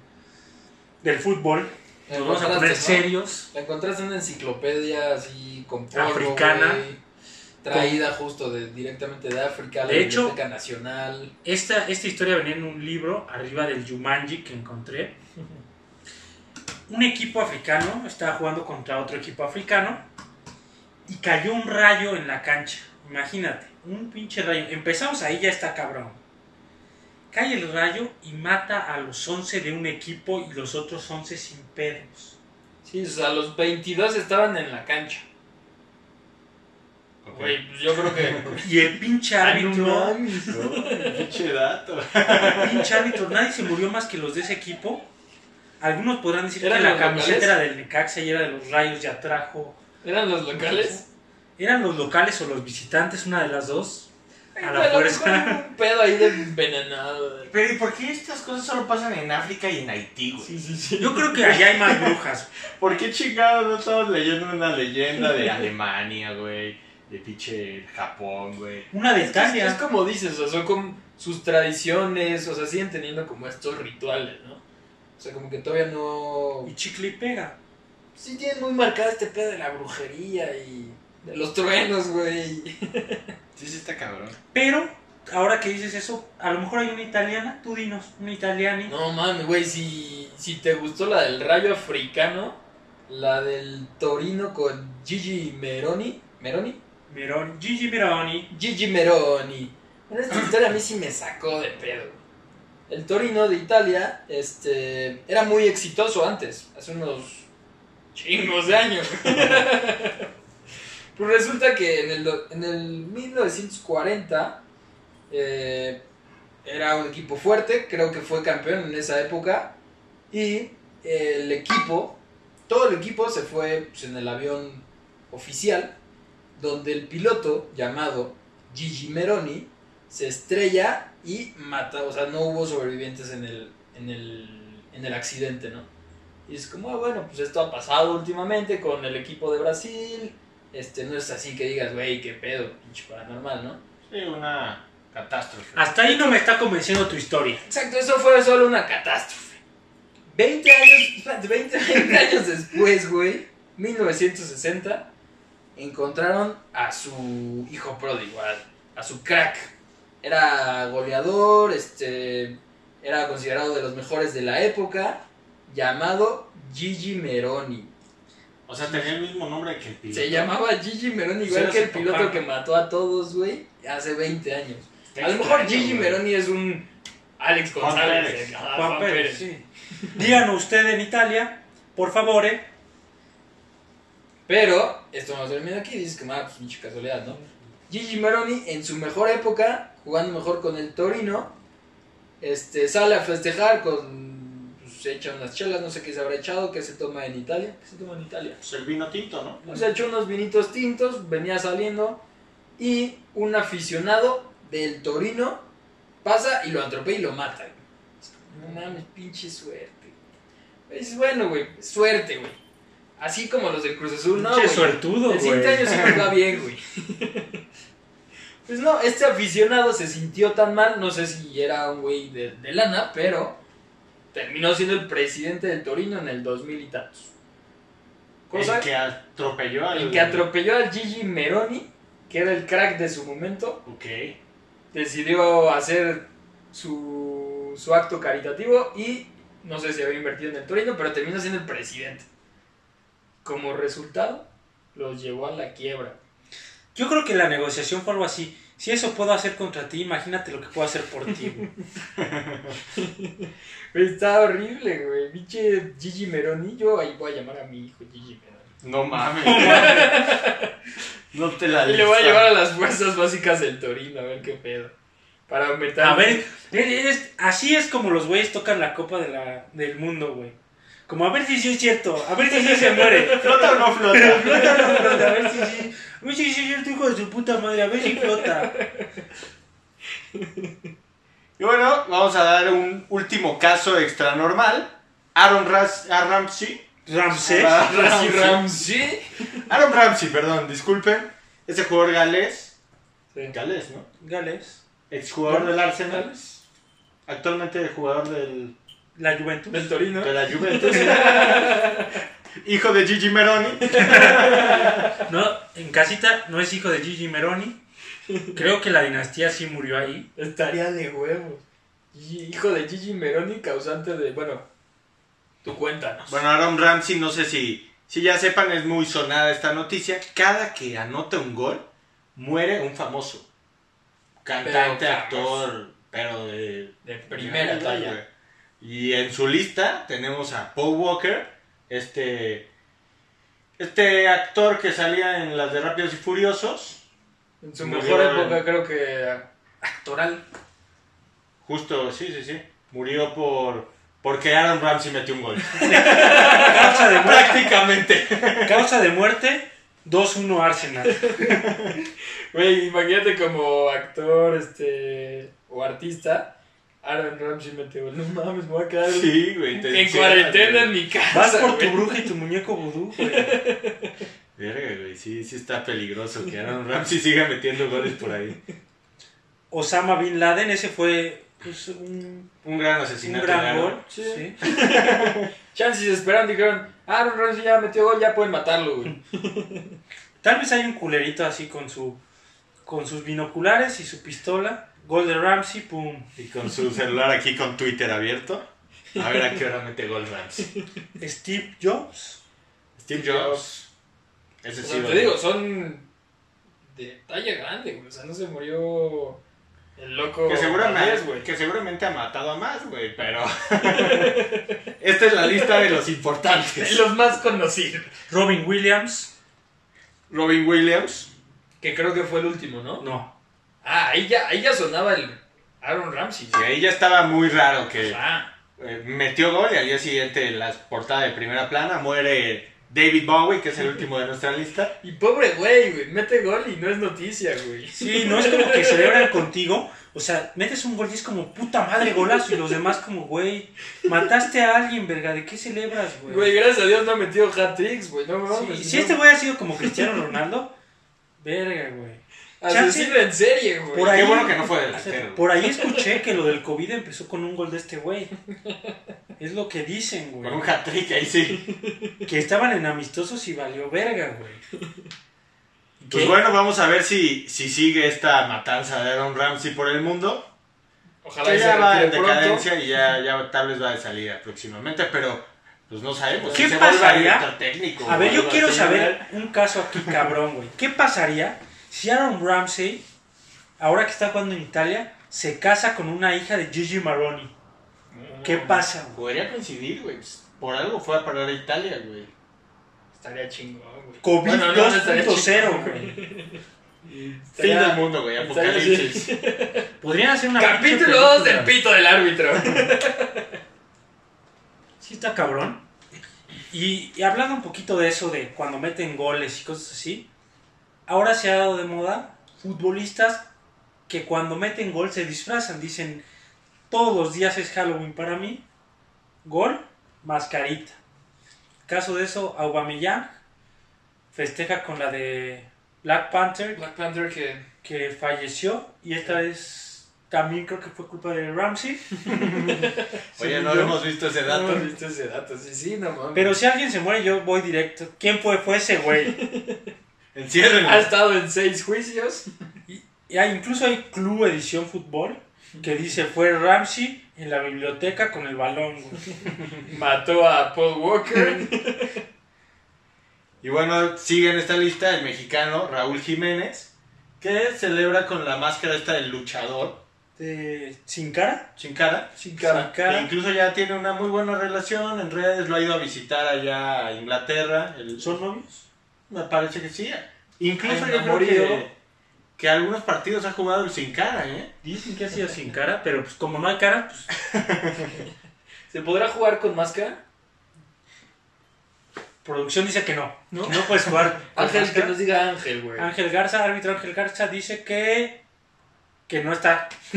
Speaker 3: del fútbol.
Speaker 2: La
Speaker 3: Nos vamos a
Speaker 2: encontraste,
Speaker 3: poner
Speaker 2: ¿no?
Speaker 3: serios.
Speaker 2: La encontraste en una enciclopedia así con polvo,
Speaker 3: Africana.
Speaker 2: güey, traída justo de, directamente de África, a la
Speaker 3: De hecho-
Speaker 2: Biblioteca Nacional.
Speaker 3: Esta, esta historia venía en un libro arriba del Jumanji que encontré. Un equipo africano estaba jugando contra otro equipo africano y cayó un rayo en la cancha. Imagínate, un pinche rayo. Empezamos ahí, ya está cabrón. Cae el rayo y mata a los 11 de un equipo y los otros 11 sin pedos.
Speaker 2: Sí, o sea, los 22 estaban en la cancha.
Speaker 4: Ok.
Speaker 2: Güey, pues yo creo que...
Speaker 3: Y el pinche árbitro,
Speaker 4: No, pinche dato.
Speaker 3: el pinche árbitro, nadie se murió más que los de ese equipo. Algunos podrán decir que
Speaker 2: ¿Eran
Speaker 3: la
Speaker 2: los
Speaker 3: camiseta
Speaker 2: locales?
Speaker 3: era del Necaxa y era de los rayos, ya trajo.
Speaker 2: ¿Eran los locales?
Speaker 3: ¿Eran los locales o los visitantes? Una de las dos. A la
Speaker 2: Ay, güey,
Speaker 3: fuerza.
Speaker 2: lo mejor un pedo ahí de envenenado. de-
Speaker 4: Pero ¿y por qué estas cosas solo pasan en África y en Haití, güey?
Speaker 2: Sí, sí, sí.
Speaker 3: Yo creo que allá hay más brujas.
Speaker 4: ¿Por qué chingados no estamos leyendo una leyenda de Alemania, güey? De pinche Japón, güey.
Speaker 3: Una de
Speaker 2: Es, que es- es
Speaker 3: Italia.
Speaker 2: como dices, o sea, son como sus tradiciones, o sea, siguen teniendo como estos rituales, ¿no? O sea, como que todavía no...
Speaker 3: Y chicle y pega.
Speaker 2: Sí tienen muy marcada este pedo de la brujería y de los truenos, güey.
Speaker 4: Sí, sí, está cabrón.
Speaker 3: Pero, ahora que dices eso, a lo mejor hay una italiana. Tú dinos, una italiana.
Speaker 2: No mames, güey, si, si te gustó la del rayo africano, la del Torino con Gigi Meroni, ¿Meroni?
Speaker 3: Meroni, Gigi Meroni.
Speaker 2: Gigi Meroni. Bueno, esta historia a mí sí me sacó de pedo. güey. El Torino de Italia, este, era muy exitoso antes, hace unos chingos de años. pues resulta que en el, do- en el 1940 eh, era un equipo fuerte, creo que fue campeón en esa época. Y eh, el equipo, todo el equipo se fue pues, en el avión oficial, donde el piloto llamado Gigi Meroni se estrella y mata, o sea, no hubo sobrevivientes en el, en el, en el accidente, ¿no? Y es como, ah, bueno, pues esto ha pasado últimamente con el equipo de Brasil. Este, no es así que digas, güey, qué pedo, pinche paranormal, ¿no?
Speaker 4: Sí, una catástrofe.
Speaker 3: Hasta ahí no me está convenciendo tu historia.
Speaker 2: Exacto, eso fue solo una catástrofe. 20 años, espérate, 20, 20 años después, güey, 1960, encontraron a su hijo pródigo, a, a su crack. Era goleador, este, era considerado de los mejores de la época, llamado Gigi Meroni.
Speaker 4: O sea, tenía el mismo nombre que el piloto. Pues
Speaker 2: Se llamaba Gigi Meroni, igual
Speaker 3: Era
Speaker 2: que
Speaker 3: su
Speaker 2: el piloto
Speaker 3: papá.
Speaker 2: que mató a todos, güey, hace 20 años.
Speaker 4: Está
Speaker 2: A lo mejor
Speaker 4: extraño,
Speaker 2: Gigi
Speaker 4: güey.
Speaker 2: Meroni es un Alex
Speaker 4: Juan
Speaker 2: González.
Speaker 4: Pérez.
Speaker 2: eh, ajá,
Speaker 3: Juan Pérez, sí. Díganos usted en Italia, por favor. eh.
Speaker 2: Pero, esto no termina aquí, dices que, ah, pues pinche casualidad, ¿no? Gigi Maroni, en su mejor época, jugando mejor con el Torino, este, sale a festejar con, pues, se echa unas chelas, no sé qué se habrá echado, qué se toma en Italia, qué se toma en Italia.
Speaker 4: Pues el vino tinto, ¿no?
Speaker 2: Pues se echó unos vinitos tintos, venía saliendo, y un aficionado del Torino pasa y lo atropella y lo mata. güey. No mames, pinche suerte. Es bueno, güey, suerte, güey. Así como los del Cruz Azul, no,
Speaker 3: Pinche
Speaker 2: güey.
Speaker 3: suertudo,
Speaker 2: El siguiente
Speaker 3: güey.
Speaker 2: año sí nos va bien, güey. Pues no, este aficionado se sintió tan mal, no sé si era un güey de, de lana, pero terminó siendo el presidente del Torino en el 2000 y tantos. Cosa
Speaker 4: El que atropelló al...
Speaker 2: el que atropelló al Gigi Meroni, que era el crack de su momento,
Speaker 4: Ok.
Speaker 2: decidió hacer su, su acto caritativo y no sé si había invertido en el Torino, pero terminó siendo el presidente. Como resultado, los llevó a la quiebra.
Speaker 3: Yo creo que la negociación fue algo así. Si eso puedo hacer contra ti, imagínate lo que puedo hacer por ti, güey.
Speaker 2: Está horrible, güey. Pinche Gigi Meroni. Yo ahí voy a llamar a mi hijo Gigi Meroni.
Speaker 4: No mames. no te la
Speaker 2: Y le voy a
Speaker 4: lista.
Speaker 2: llevar a las fuerzas básicas del Torino, a ver qué pedo. Para aumentar.
Speaker 3: A ver, eres- así es como los güeyes tocan la copa de la, del mundo, güey. Como a ver si sí es cierto, a ver si sí se muere.
Speaker 4: ¿Flota o no flota?
Speaker 3: Flota, no flota, a ver si sí. A ver si sí es cierto, hijo de su puta madre, a ver si flota.
Speaker 4: Y bueno, vamos a dar un último caso extra normal. Aaron Ras- a Ramsey.
Speaker 3: Ramsés.
Speaker 4: Ah,
Speaker 2: Ramsey,
Speaker 4: Ramsey.
Speaker 2: Ramsey.
Speaker 4: Aaron Ramsey, perdón, disculpen. Ese jugador galés.
Speaker 2: Sí.
Speaker 4: Galés, ¿no?
Speaker 3: Gales.
Speaker 4: Exjugador del Arsenal. Actualmente jugador del,
Speaker 3: La Juventus.
Speaker 2: Del Torino.
Speaker 4: de la Juventus. Hijo de Gigi Meroni.
Speaker 3: No, en casita no es hijo de Gigi Meroni. Creo que la dinastía sí murió ahí.
Speaker 2: Estaría de huevos. Gigi- Hijo de Gigi Meroni, causante de. Bueno, tú cuéntanos.
Speaker 4: Bueno, Aaron Ramsey, no sé si, si ya sepan, es muy sonada esta noticia. Cada que anota un gol, muere un famoso. Cantante,
Speaker 2: Pero famoso.
Speaker 4: actor, pero de
Speaker 2: de primera
Speaker 4: talla,
Speaker 2: talla.
Speaker 4: güey. Y en su lista tenemos a Paul Walker, este, este actor que salía en las de Rápidos y Furiosos,
Speaker 2: En su
Speaker 4: Muy
Speaker 2: mejor
Speaker 4: bien.
Speaker 2: época, creo que. Actoral.
Speaker 4: justo, sí, sí, sí, murió por porque Aaron Ramsey metió un gol.
Speaker 3: Causa de, muerte-
Speaker 4: Prácticamente.
Speaker 3: causa de muerte, 2-1 Arsenal.
Speaker 2: Güey, imagínate como actor este o artista. Aaron Ramsey me te no mames, me voy a quedar
Speaker 4: Sí, güey. te
Speaker 2: en
Speaker 4: encierran,
Speaker 2: cuarentena
Speaker 4: güey.
Speaker 2: en mi casa.
Speaker 3: Vas por tu
Speaker 2: güey.
Speaker 3: bruja y tu muñeco vudú, güey.
Speaker 4: Verga, güey, sí, sí está peligroso que Aaron Ramsey siga metiendo goles por ahí.
Speaker 3: Osama Bin Laden, ese fue pues, un,
Speaker 4: Un gran
Speaker 3: un
Speaker 4: asesinato. de
Speaker 3: gran
Speaker 4: Aaron.
Speaker 3: gol.
Speaker 2: Sí.
Speaker 3: sí.
Speaker 2: Chances esperaron, dijeron, Aaron Ramsey ya metió gol, ya pueden matarlo, güey.
Speaker 3: Tal vez hay un culerito así con su con sus binoculares y su pistola. Gol de Ramsey, pum.
Speaker 4: Y con su celular aquí con Twitter abierto. A ver a qué hora mete gol Ramsey.
Speaker 3: Steve Jobs.
Speaker 4: Steve Jobs. Ese
Speaker 2: O
Speaker 4: sí,
Speaker 2: sea, te
Speaker 4: güey.
Speaker 2: digo, son de talla grande, güey. O sea, no se murió el loco.
Speaker 4: Que seguramente,
Speaker 2: Valdés, güey.
Speaker 4: que seguramente ha matado a más, güey, pero... Esta es la lista de los importantes.
Speaker 2: Los más conocidos.
Speaker 3: Robin Williams.
Speaker 4: Robin Williams.
Speaker 2: Que creo que fue el último, ¿no?
Speaker 3: No.
Speaker 2: Ah, ahí ya, ahí ya sonaba el Aaron Ramsey.
Speaker 4: Que ahí ya estaba muy raro que
Speaker 2: Ah.
Speaker 4: eh, metió gol y al día siguiente en la portada de primera plana muere David Bowie, que es el último de nuestra lista.
Speaker 2: Y pobre güey, güey, mete gol y no es noticia, güey.
Speaker 3: Sí, no es como que celebran contigo. O sea, metes un gol y es como puta madre golazo. Y los demás como, güey, mataste a alguien, verga. ¿De qué celebras, güey?
Speaker 2: Güey, gracias a Dios no ha metido hat-tricks, güey, no
Speaker 3: Sí,
Speaker 2: mames.
Speaker 3: si
Speaker 2: no.
Speaker 3: este güey ha sido como Cristiano Ronaldo, verga, güey.
Speaker 2: Asesino en serie, güey.
Speaker 3: Por ahí-
Speaker 4: Qué bueno que no fue delantero.
Speaker 3: Por ahí escuché que lo del COVID empezó con un gol de este güey. Es lo que dicen,
Speaker 4: Por
Speaker 3: güey.
Speaker 4: un hat-trick, ahí sí.
Speaker 3: Que estaban en amistosos y valió verga, güey.
Speaker 4: Pues
Speaker 3: ¿Qué?
Speaker 4: bueno, vamos a ver si, si sigue esta matanza de Aaron Ramsey por el mundo.
Speaker 2: Ojalá
Speaker 4: Que
Speaker 2: y
Speaker 4: ya
Speaker 2: se
Speaker 4: va en
Speaker 2: retire pronto.
Speaker 4: decadencia y ya, ya tal vez va de salida próximamente, pero pues no sabemos.
Speaker 3: ¿Qué
Speaker 4: Si se vuelve
Speaker 3: pasaría?
Speaker 4: director técnico
Speaker 3: A ver,
Speaker 4: o
Speaker 3: yo
Speaker 4: algo
Speaker 3: quiero
Speaker 4: así,
Speaker 3: saber un caso aquí, cabrón, güey. ¿Qué pasaría si Aaron Ramsey, ahora que está jugando en Italia, se casa con una hija de Gigi Maroni? ¿Qué pasa, güey?
Speaker 4: Podría coincidir, güey. pues, Por algo fue a parar a Italia, güey.
Speaker 2: Estaría chingón, güey.
Speaker 3: COVID
Speaker 2: Bueno, no, no estaría
Speaker 3: 2.0,
Speaker 2: chingón,
Speaker 3: güey.
Speaker 4: Fin
Speaker 2: Estaría-
Speaker 4: del mundo, güey.
Speaker 2: estaría
Speaker 4: Apocalipsis.
Speaker 3: Podrían hacer una. pinche
Speaker 2: Capítulo 2 del
Speaker 3: película.
Speaker 2: pito del árbitro.
Speaker 3: Sí, está cabrón. Y, y hablando un poquito de eso, de cuando meten goles y cosas así, ahora se ha dado de moda futbolistas que cuando meten gol se disfrazan. Dicen, todos los días es Halloween para mí. Gol, mascarita. Caso de eso, Aubameyang festeja con la de Black Panther,
Speaker 2: Black Panther que...
Speaker 3: que falleció. Y esta es, también creo que fue culpa de Ramsey.
Speaker 4: Oye,
Speaker 3: Según
Speaker 4: no
Speaker 3: yo.
Speaker 4: hemos visto ese
Speaker 2: No
Speaker 4: dato.
Speaker 2: hemos visto ese dato, sí, sí, no mames.
Speaker 3: Pero si alguien se muere, yo voy directo. ¿Quién fue? Fue ese güey.
Speaker 4: Enciérrenlo.
Speaker 2: ha estado en seis juicios.
Speaker 3: Y hay- incluso hay Club Edición Fútbol que dice fue Ramsey en la biblioteca con el balón. güey.
Speaker 2: Mató a Paul Walker.
Speaker 4: Y bueno, sigue en esta lista el mexicano Raúl Jiménez, que celebra con la máscara esta del luchador,
Speaker 3: Eh, ¿Sin cara?
Speaker 4: sin cara.
Speaker 2: Sin
Speaker 3: cara.
Speaker 4: que incluso ya tiene una muy buena relación en redes, lo ha ido a visitar allá a Inglaterra. el-
Speaker 3: ¿Son novios?
Speaker 4: Me parece que sí. Incluso
Speaker 3: Ay,
Speaker 4: yo creo
Speaker 3: amorío.
Speaker 4: que, que algunos partidos ha jugado el sin cara, ¿eh?
Speaker 3: Dicen que ha sido sin cara, pero pues como no hay cara, pues
Speaker 2: ¿Se podrá jugar con máscara?
Speaker 3: producción dice que no.
Speaker 2: ¿No?
Speaker 3: No puedes jugar. con
Speaker 2: Ángel, que
Speaker 3: máscara.
Speaker 2: nos diga Ángel, güey.
Speaker 3: Ángel Garza, árbitro Ángel Garza, dice que, que no está.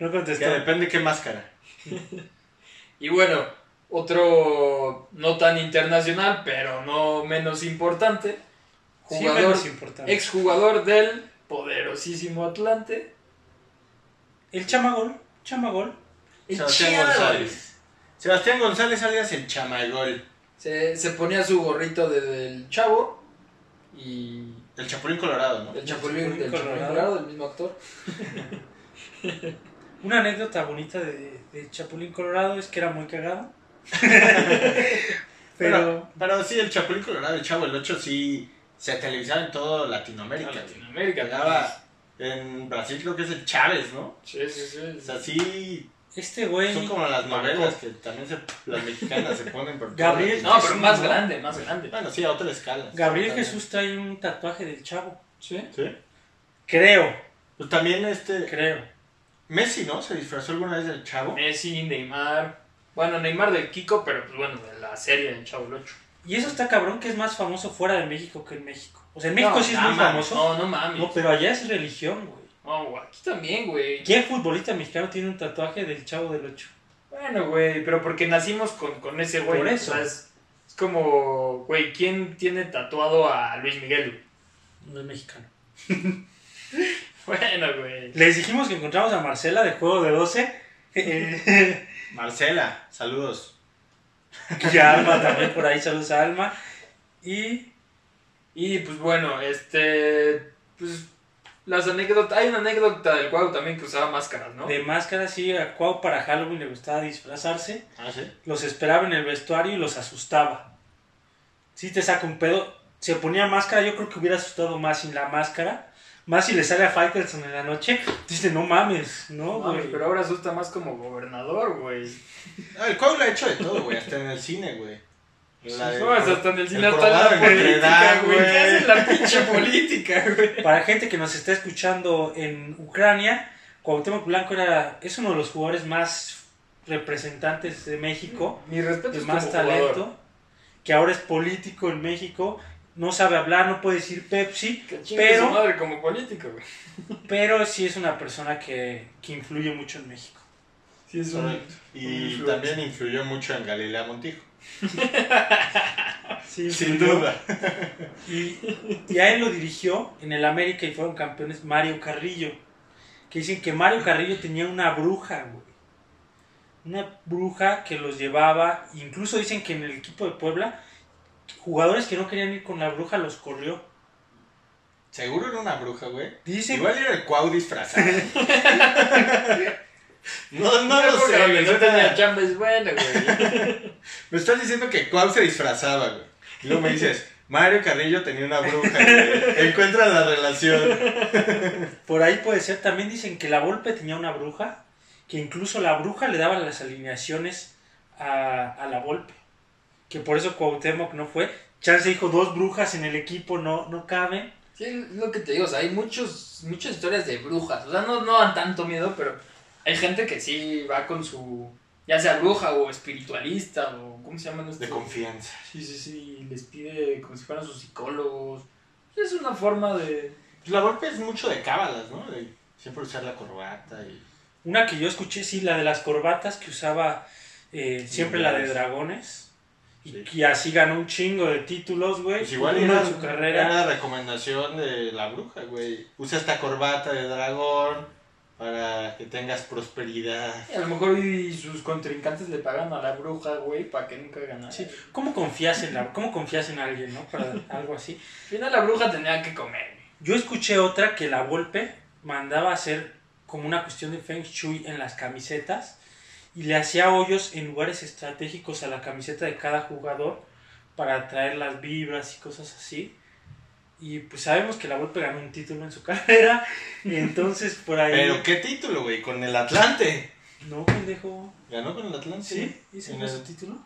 Speaker 3: no contestó.
Speaker 4: Que depende qué máscara.
Speaker 2: Y bueno, otro no tan internacional, pero no menos importante.
Speaker 3: sí,
Speaker 2: Jugador,
Speaker 3: menos importante.
Speaker 2: exjugador del poderosísimo Atlante.
Speaker 3: El chamagol, chamagol.
Speaker 4: Sebastián
Speaker 2: Chiago.
Speaker 4: González. Sebastián González alias el chamagol.
Speaker 2: Se, se ponía su gorrito de- del chavo y
Speaker 4: El Chapulín Colorado, ¿no?
Speaker 2: del chapulín,
Speaker 3: Chapulín
Speaker 2: del Chapulín
Speaker 3: Colorado.
Speaker 2: Colorado, del mismo actor.
Speaker 3: Una anécdota bonita de, de Chapulín Colorado es que era muy cagado. pero
Speaker 4: Pero, pero sí, el Chapulín Colorado, el Chavo el 8, sí se televisaba en todo
Speaker 2: Ah,
Speaker 4: Latinoamérica. güey.
Speaker 2: Latinoamérica.
Speaker 4: Llegaba en Brasil, creo que es el Chávez, ¿no?
Speaker 2: Sí, sí, sí.
Speaker 4: O sea, sí,
Speaker 3: este güey,
Speaker 4: son como las novelas que también se, las mexicanas se ponen por
Speaker 3: Gabriel.
Speaker 2: No, pero
Speaker 3: Jesús,
Speaker 2: más
Speaker 3: ¿no?
Speaker 2: grande, más grande.
Speaker 4: Bueno, sí, a otra escala.
Speaker 3: Gabriel
Speaker 4: También.
Speaker 3: Jesús trae un tatuaje del chavo.
Speaker 2: Sí.
Speaker 4: Sí.
Speaker 3: Creo,
Speaker 4: Pues también este.
Speaker 3: creo.
Speaker 4: Messi, ¿no? Se disfrazó alguna vez del Chavo.
Speaker 2: Messi, Neymar. Bueno, Neymar del Kiko, pero pues bueno, de la serie del Chavo el Ocho.
Speaker 3: Y eso está cabrón que es más famoso fuera de México que en México. O sea, en México
Speaker 2: No,
Speaker 3: sí es
Speaker 4: nah,
Speaker 3: muy
Speaker 4: man,
Speaker 3: famoso.
Speaker 2: No, no mames.
Speaker 3: No, pero allá es religión, güey.
Speaker 2: No, güey, aquí también, güey.
Speaker 3: ¿Qué futbolista mexicano tiene un tatuaje del Chavo del Ocho?
Speaker 2: Bueno, güey, pero porque nacimos con, con ese güey.
Speaker 3: Por eso.
Speaker 2: o sea, es, es como, güey, ¿quién tiene tatuado a Luis Miguel?
Speaker 3: No es mexicano.
Speaker 2: güey? Bueno, güey.
Speaker 3: Les dijimos que encontramos a Marcela de Juego de 12. Eh,
Speaker 4: Marcela, saludos.
Speaker 3: y a Alma también por ahí, saludos a Alma. Y
Speaker 2: Y pues bueno, este. Pues las anécdotas. Hay una anécdota del cuadro también que usaba máscaras, ¿no?
Speaker 3: de máscara, sí, a Cuau para Halloween le gustaba disfrazarse.
Speaker 4: Ah, sí.
Speaker 3: Los esperaba en el vestuario y los asustaba. Si te saca un pedo, se ponía máscara, yo creo que hubiera asustado más sin la máscara. Más si le sale a Faitelson en la noche, dice, no mames, no,
Speaker 2: No, mames,
Speaker 3: güey.
Speaker 2: pero ahora asusta más como gobernador, güey.
Speaker 4: Ah, el Cuau lo ha hecho de todo, güey, hasta en el cine, güey. La de-
Speaker 2: No, hasta en el cine
Speaker 4: el
Speaker 2: hasta en la
Speaker 4: jorobado de Notre
Speaker 2: política,
Speaker 4: Dame,
Speaker 2: güey. ¿Qué
Speaker 4: güey.
Speaker 2: hace la pinche política, güey?
Speaker 3: Para gente que nos está escuchando en Ucrania, Cuauhtémoc Blanco era, es uno de los jugadores más representantes de México,
Speaker 2: Mi respeto
Speaker 3: el
Speaker 2: es
Speaker 3: más
Speaker 2: más
Speaker 3: talento,
Speaker 2: talento.
Speaker 3: que ahora es político en México, no sabe hablar, no puede decir Pepsi,
Speaker 2: Que chingue
Speaker 3: Pero-
Speaker 2: su madre como político, güey.
Speaker 3: pero sí es una persona que, que influye mucho en México.
Speaker 2: Sí, es un...
Speaker 4: Correcto. Y también influyó mucho en Galilea Montijo.
Speaker 3: Sí,
Speaker 4: Sin duda.
Speaker 3: Y, y a él lo dirigió en el América y fueron campeones Mario Carrillo. Que dicen que Mario Carrillo tenía una bruja, güey. Una bruja que los llevaba. Incluso dicen que en el equipo de Puebla, jugadores que no querían ir con la bruja los corrió.
Speaker 4: Seguro era una bruja, güey.
Speaker 3: Dicen,
Speaker 4: Igual era el Cuau disfrazado. no, no
Speaker 2: No,
Speaker 4: lo
Speaker 2: porque
Speaker 4: sé. güey,
Speaker 2: no
Speaker 4: neta.
Speaker 2: tenía chamba, es buena, güey.
Speaker 4: Me estás diciendo que Cuau se disfrazaba, güey. Y luego me dices, Mario Carrillo tenía una bruja, güey. Encuentra la relación.
Speaker 3: por ahí puede ser. También dicen que la Volpe tenía una bruja. Que incluso la bruja le daba las alineaciones a, a la Volpe. Que por eso Cuauhtémoc no fue. Chance dijo, dos brujas en el equipo no, no caben.
Speaker 2: Sí, es lo que te digo, o sea, hay muchos, muchas historias de brujas. O sea, no, no dan tanto miedo, pero hay gente que sí va con su. Ya sea bruja o espiritualista o. ¿Cómo se llaman estos?
Speaker 4: De confianza.
Speaker 2: Sí, sí, sí. y Les pide como si fueran sus psicólogos. Es una forma de.
Speaker 4: Pues la golpe es mucho de cábalas, ¿no? De siempre usar la corbata y.
Speaker 3: Una que yo escuché, sí, la de las corbatas que usaba eh, siempre la de dragones. Y,
Speaker 4: Sí.
Speaker 3: y así ganó un chingo de títulos, güey.
Speaker 4: Pues igual
Speaker 3: Uno
Speaker 4: era,
Speaker 3: en su carrera.
Speaker 4: era recomendación de la bruja, güey. Usa esta corbata de dragón para que tengas prosperidad.
Speaker 2: A lo mejor y sus contrincantes le pagan a la bruja, güey, para que nunca ganara.
Speaker 3: Sí. ¿Cómo confías en la, cómo confías en alguien, no? Para algo así.
Speaker 2: Al final la bruja tenía que comer.
Speaker 3: Yo escuché otra que la Volpe mandaba a hacer como una cuestión de feng shui en las camisetas y le hacía hoyos en lugares estratégicos a la camiseta de cada jugador para atraer las vibras y cosas así. Y pues sabemos que la Volpe ganó un título en su carrera, y entonces por ahí...
Speaker 4: Pero qué título, güey, con el Atlante.
Speaker 3: No, pendejo.
Speaker 4: ¿Ganó con el Atlante?
Speaker 3: ¿Sí? ¿Ese
Speaker 4: ¿En
Speaker 3: fue
Speaker 4: el-
Speaker 3: su título?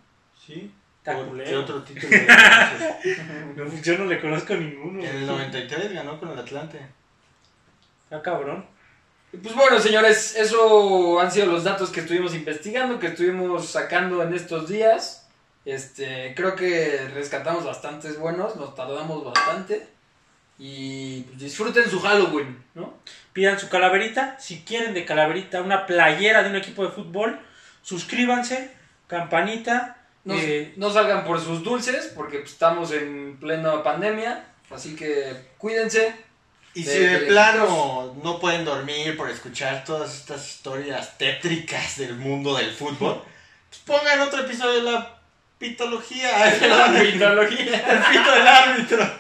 Speaker 4: Sí.
Speaker 3: Está
Speaker 4: ¿Por ¿Qué
Speaker 3: culero.
Speaker 4: otro título? en
Speaker 3: No, pues, yo no le conozco ninguno.
Speaker 4: el 93 ganó con el Atlante.
Speaker 3: Está cabrón.
Speaker 2: Pues bueno, señores, eso han sido los datos que estuvimos investigando, que estuvimos sacando en estos días. Este, creo que rescatamos bastantes buenos, nos tardamos bastante. Y pues, disfruten su Halloween, ¿no?
Speaker 3: Pidan su calaverita. Si quieren de calaverita una playera de un equipo de fútbol, suscríbanse, campanita.
Speaker 2: No,
Speaker 3: eh,
Speaker 2: no salgan por sus dulces, porque pues, estamos en plena pandemia. Así que cuídense.
Speaker 4: Y
Speaker 2: De-
Speaker 4: si de
Speaker 2: de
Speaker 4: plano no pueden dormir por escuchar todas estas historias tétricas del mundo del fútbol, pues pongan otro episodio de la pitología, el
Speaker 2: Mitología.
Speaker 4: pito del árbitro.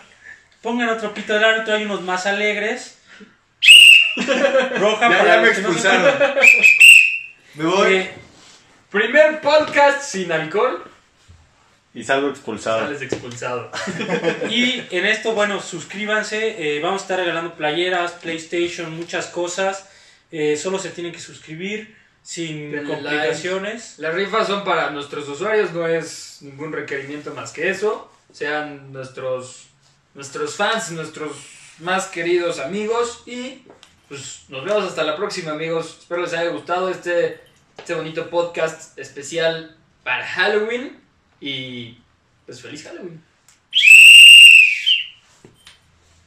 Speaker 3: pongan otro pito del árbitro, hay unos más alegres. Roja
Speaker 4: Ya,
Speaker 3: para
Speaker 4: ya me
Speaker 3: los que no se-
Speaker 4: expulsaron. Me voy.
Speaker 3: Eh,
Speaker 2: Primer podcast sin alcohol.
Speaker 1: Y salgo expulsado.
Speaker 5: Sales expulsado.
Speaker 3: Y en esto, bueno, suscríbanse. eh, vamos a estar regalando playeras, PlayStation, muchas cosas. eh, solo se tienen que suscribir sin
Speaker 2: Denle
Speaker 3: complicaciones.
Speaker 2: Las rifas son para nuestros usuarios, no es ningún requerimiento más que eso. Sean nuestros, nuestros fans, nuestros más queridos amigos. Y pues nos vemos hasta la próxima, amigos. Espero les haya gustado este, este bonito podcast especial para Halloween. Y pues feliz Halloween.